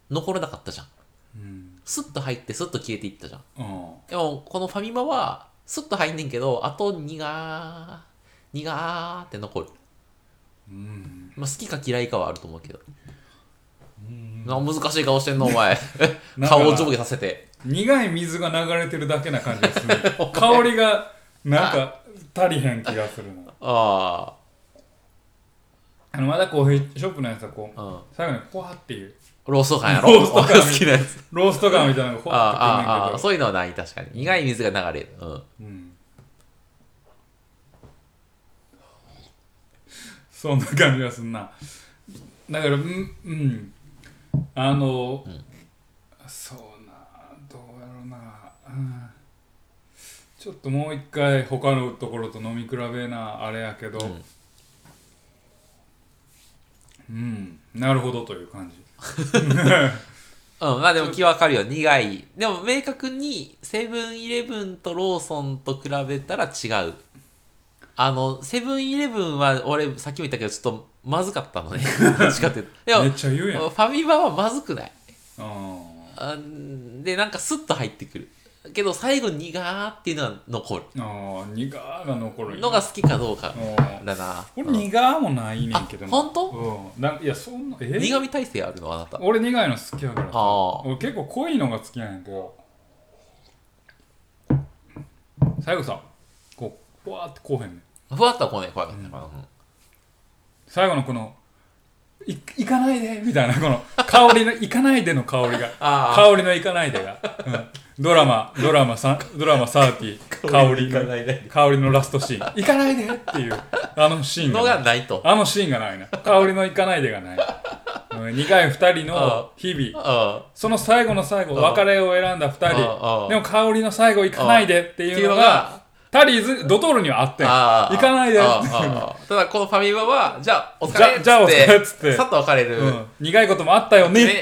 Speaker 2: 残らなかったじゃん
Speaker 1: うん
Speaker 2: スッと入ってスッと消えていったじゃん
Speaker 1: うん
Speaker 2: でもこのファミマはスッと入んねんけどあと苦ー苦ーって残る、
Speaker 1: うん
Speaker 2: まあ、好きか嫌いかはあると思うけど、な難しい顔してんのお前
Speaker 1: なんか
Speaker 2: 顔を上下させて
Speaker 1: 苦い水が流れてるだけな感じが する香りがなんか足りへん気がするな
Speaker 2: あ
Speaker 1: あのまだコーヒーショップのやつはこう
Speaker 2: あうん
Speaker 1: 最後にポワっていう
Speaker 2: ロースト感やろ
Speaker 1: ロースト感
Speaker 2: 好きなやつ
Speaker 1: ロースト感みたいなのが
Speaker 2: あ
Speaker 1: ほ
Speaker 2: ー
Speaker 1: わっ
Speaker 2: あーあ
Speaker 1: て
Speaker 2: ー
Speaker 1: くる
Speaker 2: そういうのはない確かに苦い水が流れるうん
Speaker 1: んだけどうんそんな感じがすんなだからうんうんあの、そうなどうやろうな、うんちょっともう一回他のところと飲み比べなあれやけどう
Speaker 2: うん
Speaker 1: ん、なるほどという感じ
Speaker 2: うん、まあでも気わかるよ。苦い。でも明確にセブンイレブンとローソンと比べたら違う。あの、セブンイレブンは俺さっきも言ったけどちょっとまずかった のね。どっちかっていうと。で
Speaker 1: めっ
Speaker 2: も
Speaker 1: ちゃ言うやん
Speaker 2: ファミマはまずくない。
Speaker 1: あ
Speaker 2: あんで、なんかスッと入ってくる。けど最後苦ーっていうのが残る。
Speaker 1: ーあー苦ーが残るんや
Speaker 2: のが好きかどうか
Speaker 1: うん
Speaker 2: だな。
Speaker 1: これ苦ーもないねんけどな
Speaker 2: あほん
Speaker 1: うんなんいやそんなえ
Speaker 2: 苦味耐性あるのあなた。
Speaker 1: 俺苦いの好きやからさ
Speaker 2: あー
Speaker 1: 俺結構濃いのが好きなんやけど最後さこうふわーってこうへんねん
Speaker 2: ふわっとは来ない。怖かったから。うん
Speaker 1: 最後のこのい行かないでみたいなこの香りの 行かないでの香りが
Speaker 2: あ
Speaker 1: 香りの行かないでが、うん、ドラマドラマさドラマサーティ香りの
Speaker 2: ないで。
Speaker 1: 香りのラストシーン「行かないで!」っていうあのシーン
Speaker 2: の
Speaker 1: が
Speaker 2: が
Speaker 1: ない
Speaker 2: ないと。
Speaker 1: あのシーンがないな香りの「行かないで」がないうん苦い二人の日々
Speaker 2: あ
Speaker 1: その最後の最後
Speaker 2: うん
Speaker 1: 別れを選んだ二
Speaker 2: うんう
Speaker 1: 人
Speaker 2: ん
Speaker 1: でも香りの最後行かないでって
Speaker 2: あ。って
Speaker 1: い
Speaker 2: いう
Speaker 1: う
Speaker 2: の
Speaker 1: の
Speaker 2: が
Speaker 1: が、タリーズドトールにはあってん
Speaker 2: ああ
Speaker 1: 行かないで
Speaker 2: ああああただこのファミマはじゃあお疲れっつって
Speaker 1: じゃあじゃあお疲れっつって
Speaker 2: さっと別れる、
Speaker 1: うん苦いこともあったよね
Speaker 2: ね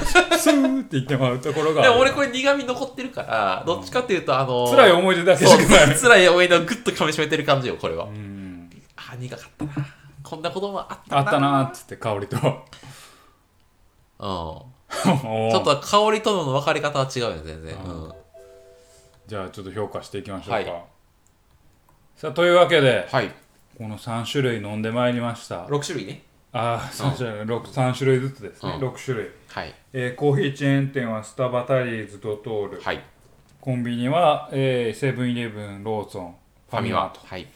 Speaker 1: スーって言ってもらうところが
Speaker 2: でも俺これ苦味残ってるからどっちかっていうとあの
Speaker 1: 辛い
Speaker 2: よ
Speaker 1: 思い出だけし
Speaker 2: そう
Speaker 1: かない
Speaker 2: 辛い思い出をグッと噛みしめてる感じよこれは、
Speaker 1: うん
Speaker 2: あ苦かったなこんなこともあった
Speaker 1: あったなーっつって香りと ちょ
Speaker 2: うんちょっ
Speaker 1: っ
Speaker 2: と香りとの分かれ方は違うよね全然、うん
Speaker 1: じゃあちょっと評価していきましょうか、
Speaker 2: はい
Speaker 1: さあというわけで
Speaker 2: はい
Speaker 1: この3種類飲んでまいりました
Speaker 2: 6種類ね
Speaker 1: ああ3種類六三種類ずつですね、
Speaker 2: うん
Speaker 1: 6種類、
Speaker 2: はい
Speaker 1: えーコーヒーチェーン店はスタバタリーズドトール、
Speaker 2: はい
Speaker 1: コンビニはえーセブンイレブンローソンフ
Speaker 2: フ
Speaker 1: ァ
Speaker 2: ァ
Speaker 1: ミ
Speaker 2: ミ
Speaker 1: マ
Speaker 2: マ
Speaker 1: と
Speaker 2: はい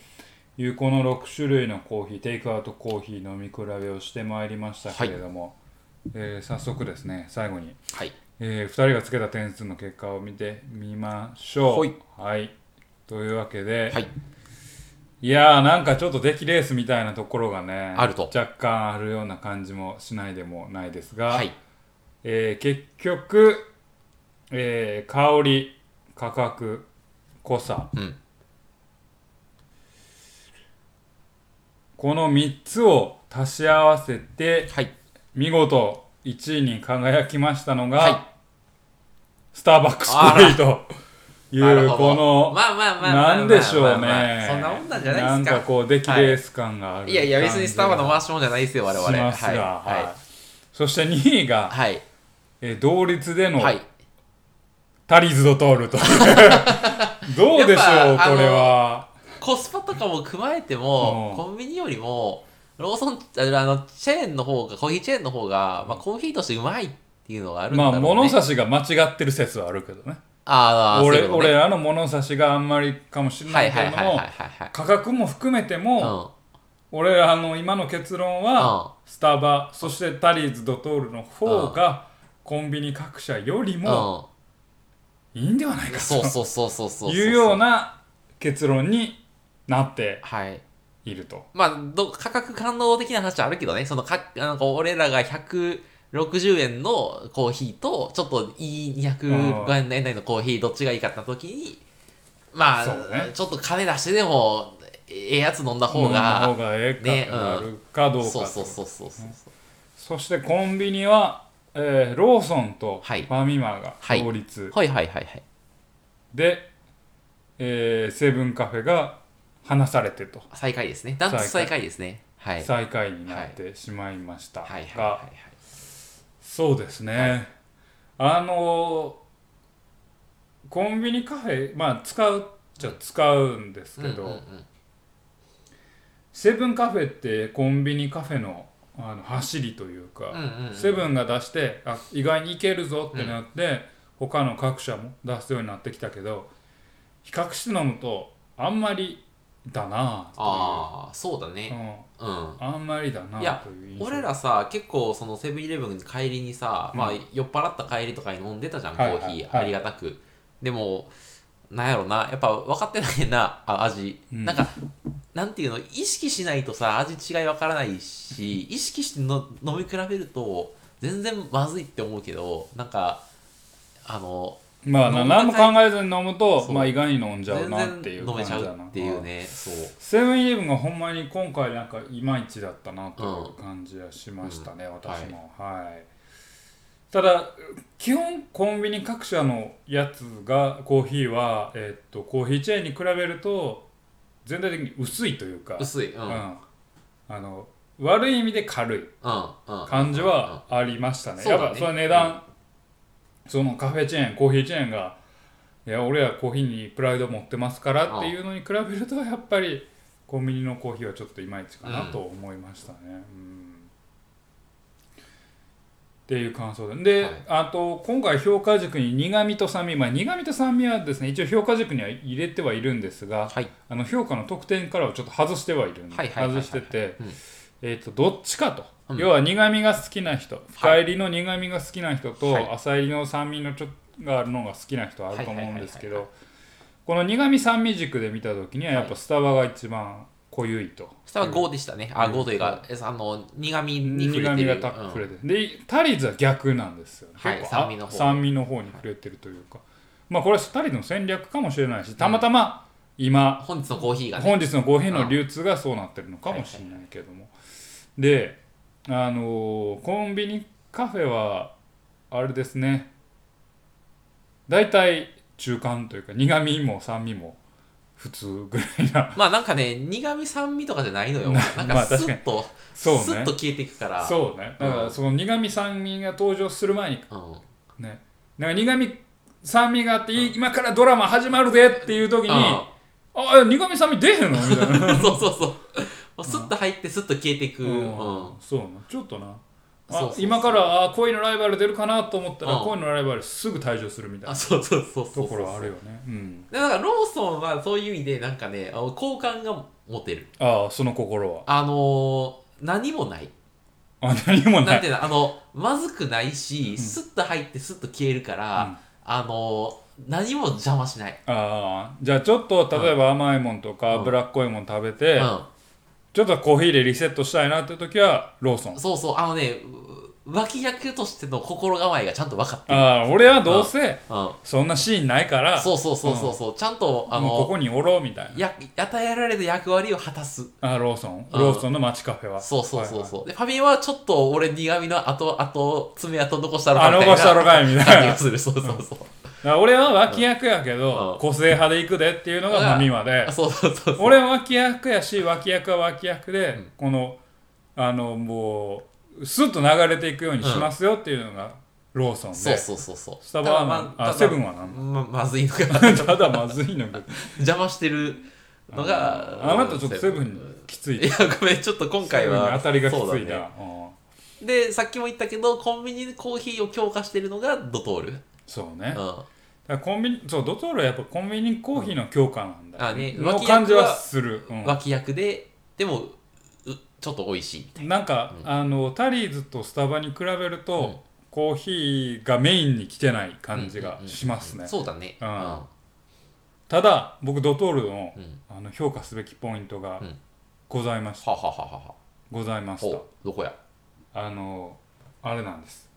Speaker 1: いうこの6種類のコーヒーテイクアウトコーヒー飲み比べをしてまいりましたけれども、えー早速ですね最後に、
Speaker 2: はい
Speaker 1: え2人がつけた点数の結果を見てみましょう
Speaker 2: ほい
Speaker 1: はいというわけで、
Speaker 2: はい
Speaker 1: いやーなんかちょっと出来レースみたいなところがね
Speaker 2: あると
Speaker 1: 若干あるような感じもしないでもないですが、
Speaker 2: はい
Speaker 1: えー結局、えー香り価格濃さ
Speaker 2: うん
Speaker 1: この3つを足し合わせて
Speaker 2: はい
Speaker 1: 見事1位に輝きましたのが、
Speaker 2: はい
Speaker 1: スターバックスコーヒーとい
Speaker 2: なる
Speaker 1: う
Speaker 2: ほ
Speaker 1: こ
Speaker 2: ど
Speaker 1: の
Speaker 2: まあまあまあまあまあまあ
Speaker 1: なんでしょう
Speaker 2: まあまあ
Speaker 1: ね
Speaker 2: そんなもんなんじゃないですか
Speaker 1: なんかこう出来レース感がある
Speaker 2: いやいや、別にスタバの
Speaker 1: 感
Speaker 2: 回しもんじゃないですよ、我
Speaker 1: じ
Speaker 2: 々。
Speaker 1: がしますが、はい
Speaker 2: は
Speaker 1: そして2位
Speaker 2: い。
Speaker 1: が、
Speaker 2: はい。
Speaker 1: えー同率での
Speaker 2: はい。
Speaker 1: タリーズドトー ルというどうでしょ
Speaker 2: や
Speaker 1: う
Speaker 2: っぱ
Speaker 1: これは
Speaker 2: コスパとかも踏まえて
Speaker 1: う
Speaker 2: も
Speaker 1: ん、
Speaker 2: コンビニよりも、ローソン、ああの、チェーンの方が、コーヒーチェーンの方が、まあ、コーヒーとしてうまいっていうのがあるんだ
Speaker 1: ま
Speaker 2: ろ
Speaker 1: あ
Speaker 2: うね。
Speaker 1: 物差しが間違ってる説はあるけどね
Speaker 2: ああ、そう
Speaker 1: 俺
Speaker 2: いうことね
Speaker 1: 俺らの物差しがあんまりかもしれな
Speaker 2: はいい
Speaker 1: け
Speaker 2: は
Speaker 1: れ
Speaker 2: い
Speaker 1: ど
Speaker 2: はいはい
Speaker 1: も
Speaker 2: はい
Speaker 1: 価格も含めて
Speaker 2: はい。
Speaker 1: も、
Speaker 2: うん。
Speaker 1: 俺らの今の結論
Speaker 2: うん
Speaker 1: は、スタバそしてタリーズドトールの方が、コンビニ各社よりも
Speaker 2: う
Speaker 1: いいんではないか
Speaker 2: ん。そう
Speaker 1: と
Speaker 2: そうそうそうそう。
Speaker 1: いうよう。な結論になって
Speaker 2: はい。
Speaker 1: いると。
Speaker 2: まあ、ど価格感動的な話はあるけどね、そのか、なんか俺らが160円のコーヒーと、ちょっといい205円台のコーヒー、どっちがいいかってな時に、まあ、
Speaker 1: そうね
Speaker 2: ちょっと金出してでも、ええやつ飲んだ方
Speaker 1: 飲
Speaker 2: が
Speaker 1: んだ方、がええか、
Speaker 2: ねうん
Speaker 1: なるかどうか
Speaker 2: そう
Speaker 1: と
Speaker 2: そうそうそうそう。
Speaker 1: そしてコンビニは、えーローソンとフ
Speaker 2: はい
Speaker 1: ァミマが
Speaker 2: はい
Speaker 1: 同率、
Speaker 2: はいはいはいはい。
Speaker 1: で、えーセブンカフェが離されてと
Speaker 2: 最下位ですね。ダントツ
Speaker 1: 最
Speaker 2: 最
Speaker 1: 下位
Speaker 2: 下位ですね。はい。はい
Speaker 1: 最下位になってしまいましたが、
Speaker 2: はいはいはい。
Speaker 1: そうですね、あのーコンビニカフェまあ使うっちゃ使うんですけど、
Speaker 2: うんうんうん
Speaker 1: セブンカフェってコンビニカフェのあの走りというか、
Speaker 2: うんうんうん
Speaker 1: セブンが出してあ意外にいけるぞってなって、他の各社も出すようになってきたけど比較して飲むとあんまりだなあ
Speaker 2: ああ、そうだ
Speaker 1: という
Speaker 2: ね。
Speaker 1: あ,、
Speaker 2: うん。
Speaker 1: うん、あんまりだなあという印象
Speaker 2: 俺らさ結構そのセブンイレブン帰りにさ、
Speaker 1: うん
Speaker 2: まあ酔っ払った帰りとかに飲んでたじゃん、
Speaker 1: はいはい
Speaker 2: コーヒー、
Speaker 1: はい
Speaker 2: ありがたくでもなんやろなやっぱ分かってないなあ味、
Speaker 1: うん
Speaker 2: なんかなんていうの意識しないとさ味違い分からないし意識しての飲み比べると全然まずいって思うけどなんかあの
Speaker 1: まあな
Speaker 2: 飲んだ
Speaker 1: 何も考えずに飲むと
Speaker 2: そう
Speaker 1: まあ意外に飲んじゃう
Speaker 2: 全
Speaker 1: なっていう
Speaker 2: 然飲
Speaker 1: 感
Speaker 2: め
Speaker 1: じ
Speaker 2: ちゃ
Speaker 1: だ
Speaker 2: う
Speaker 1: な
Speaker 2: っていうねそう
Speaker 1: セブンイレブンがほんまに今回なんかいまいちだったなという感じはしましたね、私も、はい、ただ基本コンビニ各社のやつがコーヒーは、えっとコーヒーチェーンに比べると全体的に薄いというか、
Speaker 2: 薄いうん
Speaker 1: う
Speaker 2: うんんうん
Speaker 1: あの悪い意味で軽い
Speaker 2: うん
Speaker 1: 感じはありましたね、
Speaker 2: うんそう
Speaker 1: や
Speaker 2: だ
Speaker 1: っぱ
Speaker 2: ね
Speaker 1: その値段、そのカフェチェーンコーヒーチェーンがいや俺らコーヒーにプライド持ってますからっていうのに比べるとやっぱりコンビニのコーヒーはちょっといまいちかなと思いましたね、うんっていう感想でで、
Speaker 2: はい
Speaker 1: あと今回評価軸に苦味と酸味まあ苦味と酸味はですね一応評価軸には入れてはいるんですが
Speaker 2: はい
Speaker 1: あの評価の得点からはちょっと外してはいるんで
Speaker 2: はいはいはい
Speaker 1: 外
Speaker 2: はい
Speaker 1: してて、
Speaker 2: うん
Speaker 1: えー、とどっちかと、
Speaker 2: うん
Speaker 1: 要は苦味が好きな人深入りの苦味が好きな人と、
Speaker 2: はい
Speaker 1: 浅入りの酸味のちょっがあるのが好きな人はあると思うんですけ
Speaker 2: は
Speaker 1: どこの苦味酸味軸で見た時には
Speaker 2: は
Speaker 1: や
Speaker 2: い
Speaker 1: っぱスタバが一番濃ゆいと、
Speaker 2: 下は5でしたね。あ、5というか、えあの、苦味に触
Speaker 1: 苦味
Speaker 2: れて
Speaker 1: が
Speaker 2: る。
Speaker 1: たっ触れ
Speaker 2: て
Speaker 1: てる、でタリーズは逆なんですよ、ね
Speaker 2: はい
Speaker 1: 結構あ
Speaker 2: 酸味の方
Speaker 1: 酸味の方に触れてるというか、まあこれはタリーズの戦略かもしれないしたまたま今
Speaker 2: 本日のコーヒーがね。
Speaker 1: 本日のコーヒーの流通がそうなってるのかもしれないけども、であのーコンビニカフェはあれですね大体中間というか苦味も酸味も普通ぐらい な
Speaker 2: まあなんかね、苦味酸味とかじゃないのよ。
Speaker 1: な
Speaker 2: なん
Speaker 1: ま
Speaker 2: か
Speaker 1: あ
Speaker 2: ス
Speaker 1: 確かに
Speaker 2: ッと、
Speaker 1: そう
Speaker 2: スッ
Speaker 1: ね
Speaker 2: と消えていくから。
Speaker 1: そうねだからその苦味酸味が登場する前に
Speaker 2: うん。
Speaker 1: ねなんか苦味酸味があって、い今からドラマ始まるでっていう時に、ああ苦味酸味出へんのみたいな
Speaker 2: うん そうそうそう。もうスッと入って、スッと消えていく。う
Speaker 1: う
Speaker 2: ん。
Speaker 1: んそうなちょっとなあ
Speaker 2: そうそうそう
Speaker 1: 今からあ恋のライバル出るかなと思ったら、
Speaker 2: うん
Speaker 1: 恋のライバルすぐ退場するみたい
Speaker 2: あ、
Speaker 1: な
Speaker 2: そうそうそうそう。
Speaker 1: ところはあるよね、うん、
Speaker 2: で。だからローソンはそういう意味で、なんかね、あの好感が持てる。
Speaker 1: ああその心は
Speaker 2: あのー、何もない。
Speaker 1: あ何もな
Speaker 2: なん
Speaker 1: い
Speaker 2: ていうの、あの、まずくないし、スッと入って、スッと消えるから、あのー、何も邪魔しない。
Speaker 1: ああじゃあちょっと例えば甘いもんとか
Speaker 2: うん
Speaker 1: 脂っこいもん食べて、
Speaker 2: うん。
Speaker 1: ちょっとコーヒーでリセットしたいなって時はローソン
Speaker 2: そうそう、あのね、う脇役としての心構えがちゃんと分かってる。
Speaker 1: ああ俺はどうせ
Speaker 2: う
Speaker 1: そんなシーンないから
Speaker 2: ん、そうそうそうそうそう、ちゃんと、あ
Speaker 1: もうこ
Speaker 2: の、
Speaker 1: こにおろうみたいな
Speaker 2: や与えられた役割を果たす。
Speaker 1: ああローソン
Speaker 2: うん
Speaker 1: ローソンの街カフェは
Speaker 2: そうそうそう
Speaker 1: う
Speaker 2: そう。で、ファミマはちょっと俺苦味の後、後、爪痕残したの
Speaker 1: あ残したろかいみたいな
Speaker 2: 感じがする。そうそうそう。
Speaker 1: だから俺は脇役やけど、
Speaker 2: うん
Speaker 1: 個性派で行くでっていうのがファミマで
Speaker 2: あそうそうそうそう。
Speaker 1: 俺は脇役やし脇役は脇役で、このあのもうスッと流れていくようにしますよっていうのがローソンで、
Speaker 2: そうそうそうそう。
Speaker 1: スタバは
Speaker 2: た
Speaker 1: な
Speaker 2: だ
Speaker 1: ん
Speaker 2: ただ
Speaker 1: あセブンはなん
Speaker 2: ままずいのが
Speaker 1: ただまずいのが
Speaker 2: 邪魔してるのが。
Speaker 1: あなたちょっとセブンきつい
Speaker 2: いや、ごめん、ちょっと今回
Speaker 1: セブン
Speaker 2: は。
Speaker 1: に当たりがきつ
Speaker 2: そう
Speaker 1: い
Speaker 2: だね
Speaker 1: なうん
Speaker 2: で、さっきも言ったけど、コンビニでコーヒーを強化してるのがドトール。
Speaker 1: そうね、
Speaker 2: う
Speaker 1: だか
Speaker 2: ん。
Speaker 1: らコンビニそうドトールはやっぱコンビニコーヒーの強化なんだ、
Speaker 2: あね
Speaker 1: の
Speaker 2: 脇役は
Speaker 1: 感じはする、うん
Speaker 2: 脇役ででもうちょっと美味しい
Speaker 1: なんか、あのタリーズとスタバに比べると、コーヒーがメインに来てない感じがしますね、
Speaker 2: そうだね
Speaker 1: うん
Speaker 2: うん
Speaker 1: ただ僕ドトールの,、
Speaker 2: うん
Speaker 1: あの評価すべきポイントが、
Speaker 2: うん
Speaker 1: ございました
Speaker 2: ははははは
Speaker 1: ございました
Speaker 2: ほうどこや
Speaker 1: あのあれなんです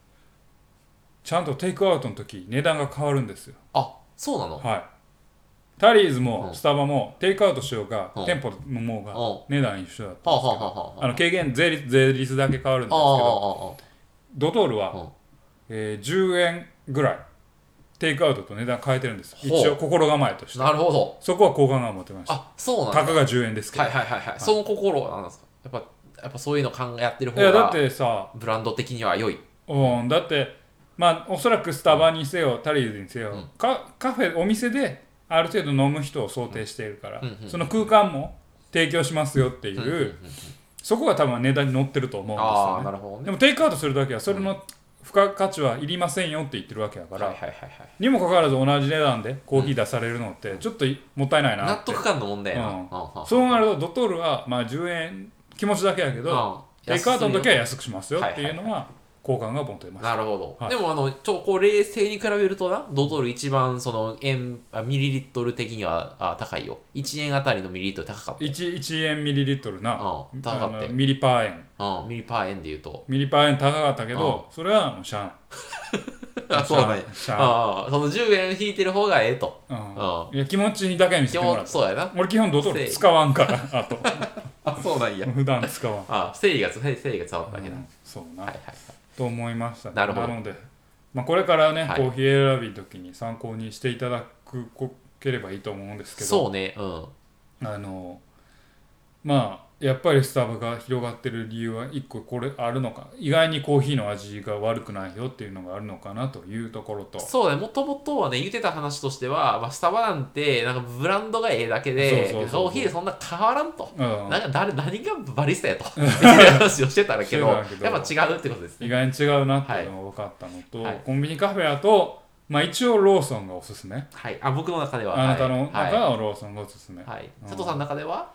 Speaker 1: ちゃんとテイクアウトの時値段が変わるんですよ
Speaker 2: あそうなの
Speaker 1: はいタリーズ
Speaker 2: う
Speaker 1: も
Speaker 2: ん
Speaker 1: スタバもテイクアウトしようが
Speaker 2: うん
Speaker 1: 店舗のもうが
Speaker 2: う
Speaker 1: 値
Speaker 2: ん
Speaker 1: 段一緒だった
Speaker 2: は
Speaker 1: ん
Speaker 2: あ
Speaker 1: ですけ
Speaker 2: はあ
Speaker 1: ど
Speaker 2: はあはあ
Speaker 1: あの軽減税率税率だけ変わるんですけ
Speaker 2: あ
Speaker 1: ど
Speaker 2: ああああ
Speaker 1: ドトール
Speaker 2: うん
Speaker 1: は、えー10円ぐらいテイクアウトと値段変えてるんです一
Speaker 2: ほ
Speaker 1: 応
Speaker 2: う
Speaker 1: 心構えとして
Speaker 2: なるほど
Speaker 1: そこは好感が持てました
Speaker 2: あそうなん
Speaker 1: た
Speaker 2: だ
Speaker 1: かが10円ですけど
Speaker 2: はいはいはいはいその心は何なんですかやっぱやっぱそういうの考えやってる
Speaker 1: い
Speaker 2: 方
Speaker 1: やだっ
Speaker 2: が
Speaker 1: てさ
Speaker 2: ブランド的には良い
Speaker 1: うんだってまあおそらくスタバにせよタリーズにせよ、
Speaker 2: うん
Speaker 1: かカフェお店である程度飲む人を想定しているから、
Speaker 2: うんうん
Speaker 1: その空間も提供しますよっていう、
Speaker 2: うんうんうん
Speaker 1: そこが多分値段に乗ってると思うんです
Speaker 2: あ
Speaker 1: よ
Speaker 2: あな
Speaker 1: ね
Speaker 2: るほど
Speaker 1: で
Speaker 2: ね
Speaker 1: もテイクアウトするだけはそれの付加価値はいりませんよって言ってるわけだか
Speaker 2: はい
Speaker 1: ら、
Speaker 2: はいはいはい
Speaker 1: にもかかわらず同じ値段でコーヒー出されるのってちょっといもったいないな
Speaker 2: 納
Speaker 1: って、
Speaker 2: 得感の問題やな
Speaker 1: うん
Speaker 2: んん
Speaker 1: そうなるとドトールはまあ10円気持ちだけやけど、
Speaker 2: うん
Speaker 1: テイクアウトの時は安くしますよ
Speaker 2: はい
Speaker 1: っ
Speaker 2: は
Speaker 1: て
Speaker 2: いはい
Speaker 1: いうのは好感が持てました
Speaker 2: なるほど、
Speaker 1: はい
Speaker 2: でもあのちょこう冷静に比べるとなドトール一番その円あミリリットル的にはあ高いよ1円あたりのミリリットル高かったよ
Speaker 1: 1, 1円ミリリットルな、
Speaker 2: うん高かったよ
Speaker 1: あのミリパー円
Speaker 2: うん、ミリパー円で言うと
Speaker 1: ミリパー円高かったけど、それはもうしゃあない
Speaker 2: あそうなんや
Speaker 1: しゃあ
Speaker 2: ああその10円引いてる方がええと
Speaker 1: ない
Speaker 2: あ
Speaker 1: うんいや気持ちだけ見せて
Speaker 2: 基
Speaker 1: もら
Speaker 2: 本
Speaker 1: った
Speaker 2: そうやな
Speaker 1: 俺基本ドトール使わんからあと
Speaker 2: あそうなんや
Speaker 1: 普段使わん、
Speaker 2: あ誠意が誠意が伝わったわけ
Speaker 1: う
Speaker 2: だ、
Speaker 1: んそうな、
Speaker 2: はいはいはい
Speaker 1: と思いましたね、
Speaker 2: なるほど
Speaker 1: ので、まあ、これからね、
Speaker 2: はい
Speaker 1: コーヒー選びの時に参考にしていただくこければいいと思うんですけど
Speaker 2: そうねうん
Speaker 1: あのまあやっぱりスタバが広がってる理由は一個これあるのか意外にコーヒーの味が悪くないよっていうのがあるのかなというところと
Speaker 2: そうだね、もともとはね、言ってた話としては、まあ、スタバなんて、なんかブランドがええだけで、
Speaker 1: そうそうそうそう
Speaker 2: コーヒーでそんな変わらんと。
Speaker 1: うん
Speaker 2: なんか誰何がバリスタやとっていう話をしてたんだけど、
Speaker 1: して
Speaker 2: や
Speaker 1: たん
Speaker 2: っ
Speaker 1: だけど
Speaker 2: ぱ違うってことです
Speaker 1: 意
Speaker 2: ね。
Speaker 1: 外に違うなっていうのが分かったのと、
Speaker 2: はい
Speaker 1: コンビニカフェだと、まあ、一応ローソンがおすすめ、
Speaker 2: はい、あ僕の中では。
Speaker 1: あなたの中
Speaker 2: はい
Speaker 1: はローソンがおすすめ、
Speaker 2: はいはい
Speaker 1: うん
Speaker 2: 佐藤さんの中では、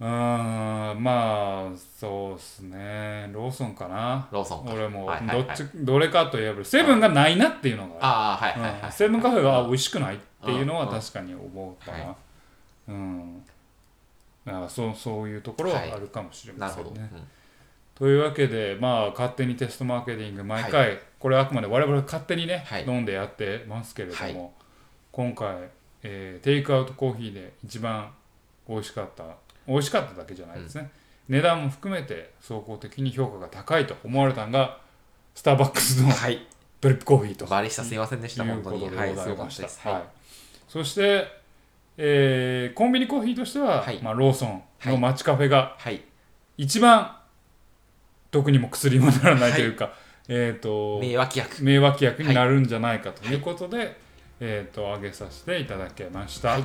Speaker 1: うーんまあそうっすねローソンかな
Speaker 2: ローソンか。
Speaker 1: 俺も
Speaker 2: はいはい
Speaker 1: どっ
Speaker 2: はい
Speaker 1: ちどれかといえばセブンがないなっていうのが
Speaker 2: ああ、はい
Speaker 1: ある
Speaker 2: はいは
Speaker 1: うん
Speaker 2: い。
Speaker 1: セブンカフェがあ美味しくないっていうのは
Speaker 2: うん
Speaker 1: 確かに思うか
Speaker 2: は
Speaker 1: なうんだからそうそういうところはあるかもしれま
Speaker 2: なる
Speaker 1: せ
Speaker 2: ほ
Speaker 1: ん
Speaker 2: ど。
Speaker 1: ね
Speaker 2: うん
Speaker 1: というわけでまあ勝手にテストマーケティング毎回これあくまで我々勝手にね
Speaker 2: はい
Speaker 1: 飲んでやってますけれ
Speaker 2: は
Speaker 1: ど
Speaker 2: い
Speaker 1: も今回えーテイクアウトコーヒーで一番美味しかった美味しかっただけじゃないですね値段も含めて総合的に評価が高いと思われたのがスターバックスの
Speaker 2: はい。
Speaker 1: ドリップコーヒーと
Speaker 2: バリスタすいませんでした、
Speaker 1: とい
Speaker 2: 本
Speaker 1: う
Speaker 2: 当
Speaker 1: こと
Speaker 2: に。
Speaker 1: で
Speaker 2: は
Speaker 1: ご
Speaker 2: い、
Speaker 1: ざ
Speaker 2: す
Speaker 1: い
Speaker 2: ごか
Speaker 1: ま
Speaker 2: っ
Speaker 1: したた。
Speaker 2: です。
Speaker 1: はいそして、えーコンビニコーヒーとしては、
Speaker 2: はい
Speaker 1: まあ、ローソン
Speaker 2: は
Speaker 1: の
Speaker 2: い
Speaker 1: 街カフェが
Speaker 2: はい。
Speaker 1: 一番毒にも薬にもならない
Speaker 2: はい
Speaker 1: というか、えー、と
Speaker 2: 名脇役。
Speaker 1: 名脇役になるんじゃないかということで、えー、と挙げさせていただきました、
Speaker 2: はい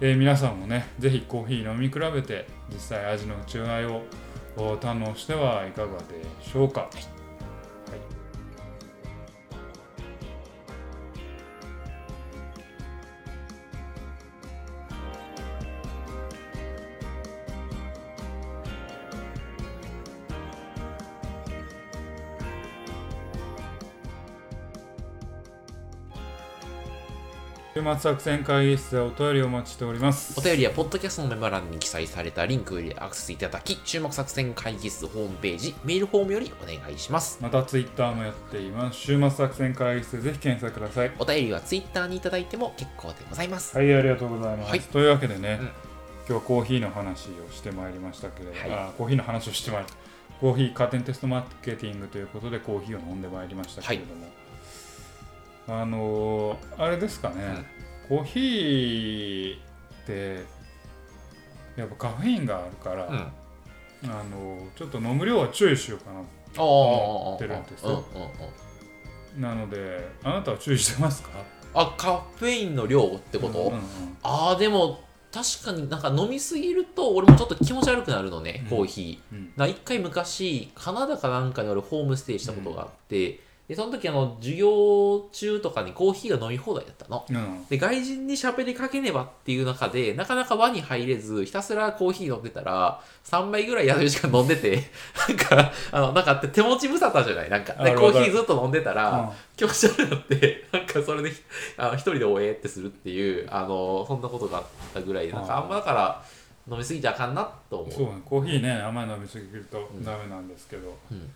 Speaker 1: えー皆さんもねぜひコーヒー飲み比べて実際味の違いをお堪能してはいかがでしょうか、はい週末作戦会議室でお便りをお待ちしております
Speaker 2: お便りはポッドキャストのメモ欄に記載されたリンクよりアクセスいただき、注目作戦会議室ホームページ、メールフォームよりお願いします。
Speaker 1: またツイッターもやっています。週末作戦会議室でぜひ検索ください。
Speaker 2: お便りはツイッターにいただいても結構でございます。
Speaker 1: はい、ありがとうございます。
Speaker 2: はい
Speaker 1: というわけでね、
Speaker 2: うん
Speaker 1: 今日はコーヒーの話をしてまいりましたけれど、
Speaker 2: はい
Speaker 1: あコーヒーの話をしてまいりコーヒーカーテンテストマーケティングということでコーヒーを飲んでまいりましたけれども、あのーあれですかね、コーヒーってやっぱカフェインがあるから、
Speaker 2: うん。
Speaker 1: あのーちょっと飲む量は注意しようか
Speaker 2: おーおーおーおー
Speaker 1: 出るんです
Speaker 2: うんうんう
Speaker 1: よ
Speaker 2: ん。
Speaker 1: な。なので、あなたは注意してますか
Speaker 2: あ、カフェインの量ってこと、
Speaker 1: うんうん
Speaker 2: ああ、でも確かになんか飲みすぎると俺もちょっと気持ち悪くなるのね、
Speaker 1: うん
Speaker 2: コーヒ
Speaker 1: うんうん
Speaker 2: ー。な一回昔、カナダかなんかに俺ホームステイしたことがあって、でその時あの授業中とかにコーヒーが飲み放題だったの。
Speaker 1: うん
Speaker 2: で外人に喋りかけねばっていう中でなかなか輪に入れずひたすらコーヒー飲んでたら3杯ぐらいやる時間飲んでて なんかあのなんか手持ち無沙汰じゃないなんか
Speaker 1: な
Speaker 2: で
Speaker 1: る
Speaker 2: コ
Speaker 1: ほど
Speaker 2: ーヒーずっと飲んでた
Speaker 1: う
Speaker 2: ら
Speaker 1: ん
Speaker 2: 気持ち悪くなって なんかそれであの一人でおえってするっていうあのそんなことがあったぐらいなんかあんまだから飲みすぎちゃあかんなと思う
Speaker 1: そうねコーヒーねあんまり飲みすぎるとダメなんですけど、
Speaker 2: うん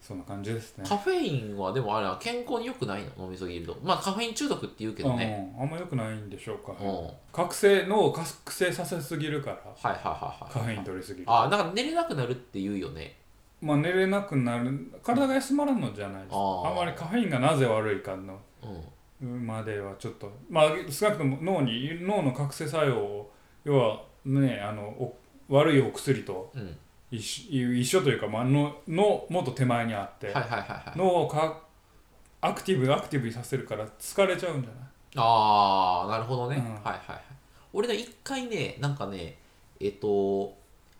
Speaker 1: そんな感じですね
Speaker 2: カフェインはでもあれは健康に良くないの飲みすぎるとまあカフェイン中毒って言うけどね
Speaker 1: うん、あんま良くないんでしょうか、
Speaker 2: うんはい
Speaker 1: 覚醒脳を覚醒させすぎるから
Speaker 2: はいはいはい
Speaker 1: カフェイン取りすぎる
Speaker 2: あなんか寝れなくなるって言うよね
Speaker 1: まあ寝れなくなる体が休まらんのじゃないですか
Speaker 2: あー
Speaker 1: あんまりカフェインがなぜ悪いかの
Speaker 2: うん
Speaker 1: まではちょっとまあ少なくとも脳に脳の覚醒作用を要はねあのお悪いお薬と
Speaker 2: うん
Speaker 1: 一緒一緒というか、まあ、ののもっと手前にあって、
Speaker 2: はいはいはいはい
Speaker 1: 脳をかアクティブアクティブにさせるから疲れちゃうんじゃない
Speaker 2: ああなるほどね、
Speaker 1: うん
Speaker 2: はいはいはい俺ね一回ねなんかねえっと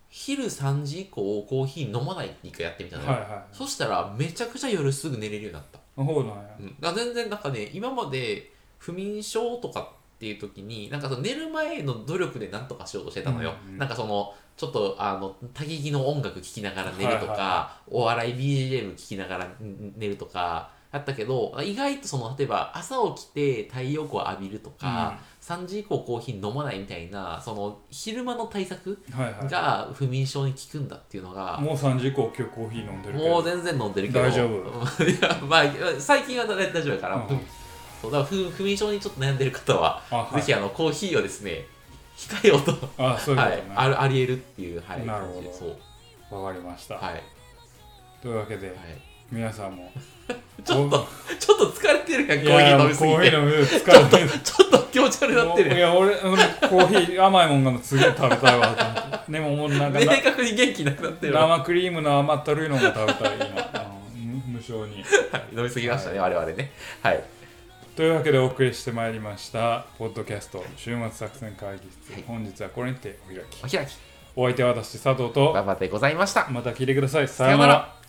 Speaker 2: 昼3時以降コーヒー飲まないって一回やってみたのよ、
Speaker 1: はいは
Speaker 2: そしたらめちゃくちゃ夜すぐ寝れるようになった、
Speaker 1: いほうなんや
Speaker 2: うん、だから全然なんかね今まで不眠症とかっていう時になんかその寝る前の努力で何とかしようとしてたのよ、
Speaker 1: うんうん
Speaker 2: なんかそのちょっとあの多義きの音楽聴きながら寝るとか、
Speaker 1: はいはい
Speaker 2: お笑い BGM 聴きながらん寝るとかだったけど意外とその例えば朝起きて太陽光浴びるとか、3時以降コーヒー飲まないみたいなその昼間の対策
Speaker 1: はいは
Speaker 2: が不眠症に効くんだっていうのが
Speaker 1: いもう3時以降今日コーヒー飲んでるけど
Speaker 2: もう全然飲んでるけど
Speaker 1: 大丈夫
Speaker 2: 夫 いやまあ最近は大丈夫やから、
Speaker 1: うん
Speaker 2: そうだから不不眠症にちょっと悩んでる方は、
Speaker 1: あはい
Speaker 2: ぜひあのコーヒーをですね控えようと
Speaker 1: あそういうこ
Speaker 2: は
Speaker 1: と
Speaker 2: い
Speaker 1: ね、
Speaker 2: あるありえるっていうはい
Speaker 1: なるほど
Speaker 2: 感じでそう
Speaker 1: わかりました、
Speaker 2: はい、はい、
Speaker 1: というわけで、皆さんも
Speaker 2: ちょっとちょっと疲れてるやん
Speaker 1: い
Speaker 2: コーヒ
Speaker 1: や
Speaker 2: ー
Speaker 1: も
Speaker 2: 飲
Speaker 1: う
Speaker 2: みす
Speaker 1: コ
Speaker 2: ぎ
Speaker 1: ーヒ
Speaker 2: て
Speaker 1: ー飲む疲
Speaker 2: ちょっと
Speaker 1: れてる
Speaker 2: ちょっと気持ち悪くなって
Speaker 1: もうい
Speaker 2: る
Speaker 1: や俺俺コーヒー甘いもんがすげえ食べたいわと思ってでももうなんか
Speaker 2: 明
Speaker 1: な
Speaker 2: 確に元気なくなってるわ
Speaker 1: 生クリームの甘ったるいのが食べたいなうん無性に
Speaker 2: 飲みすぎましたね、我々ねはい
Speaker 1: というわけでお送りしてまいりましたポッドキャスト週末作戦会議室、
Speaker 2: はい
Speaker 1: 本日はこれにてお開き
Speaker 2: お開き
Speaker 1: お相手は私佐藤と
Speaker 2: ババでございました
Speaker 1: また聞いてくださいさ
Speaker 2: さよ
Speaker 1: よう
Speaker 2: うな
Speaker 1: なら
Speaker 2: ら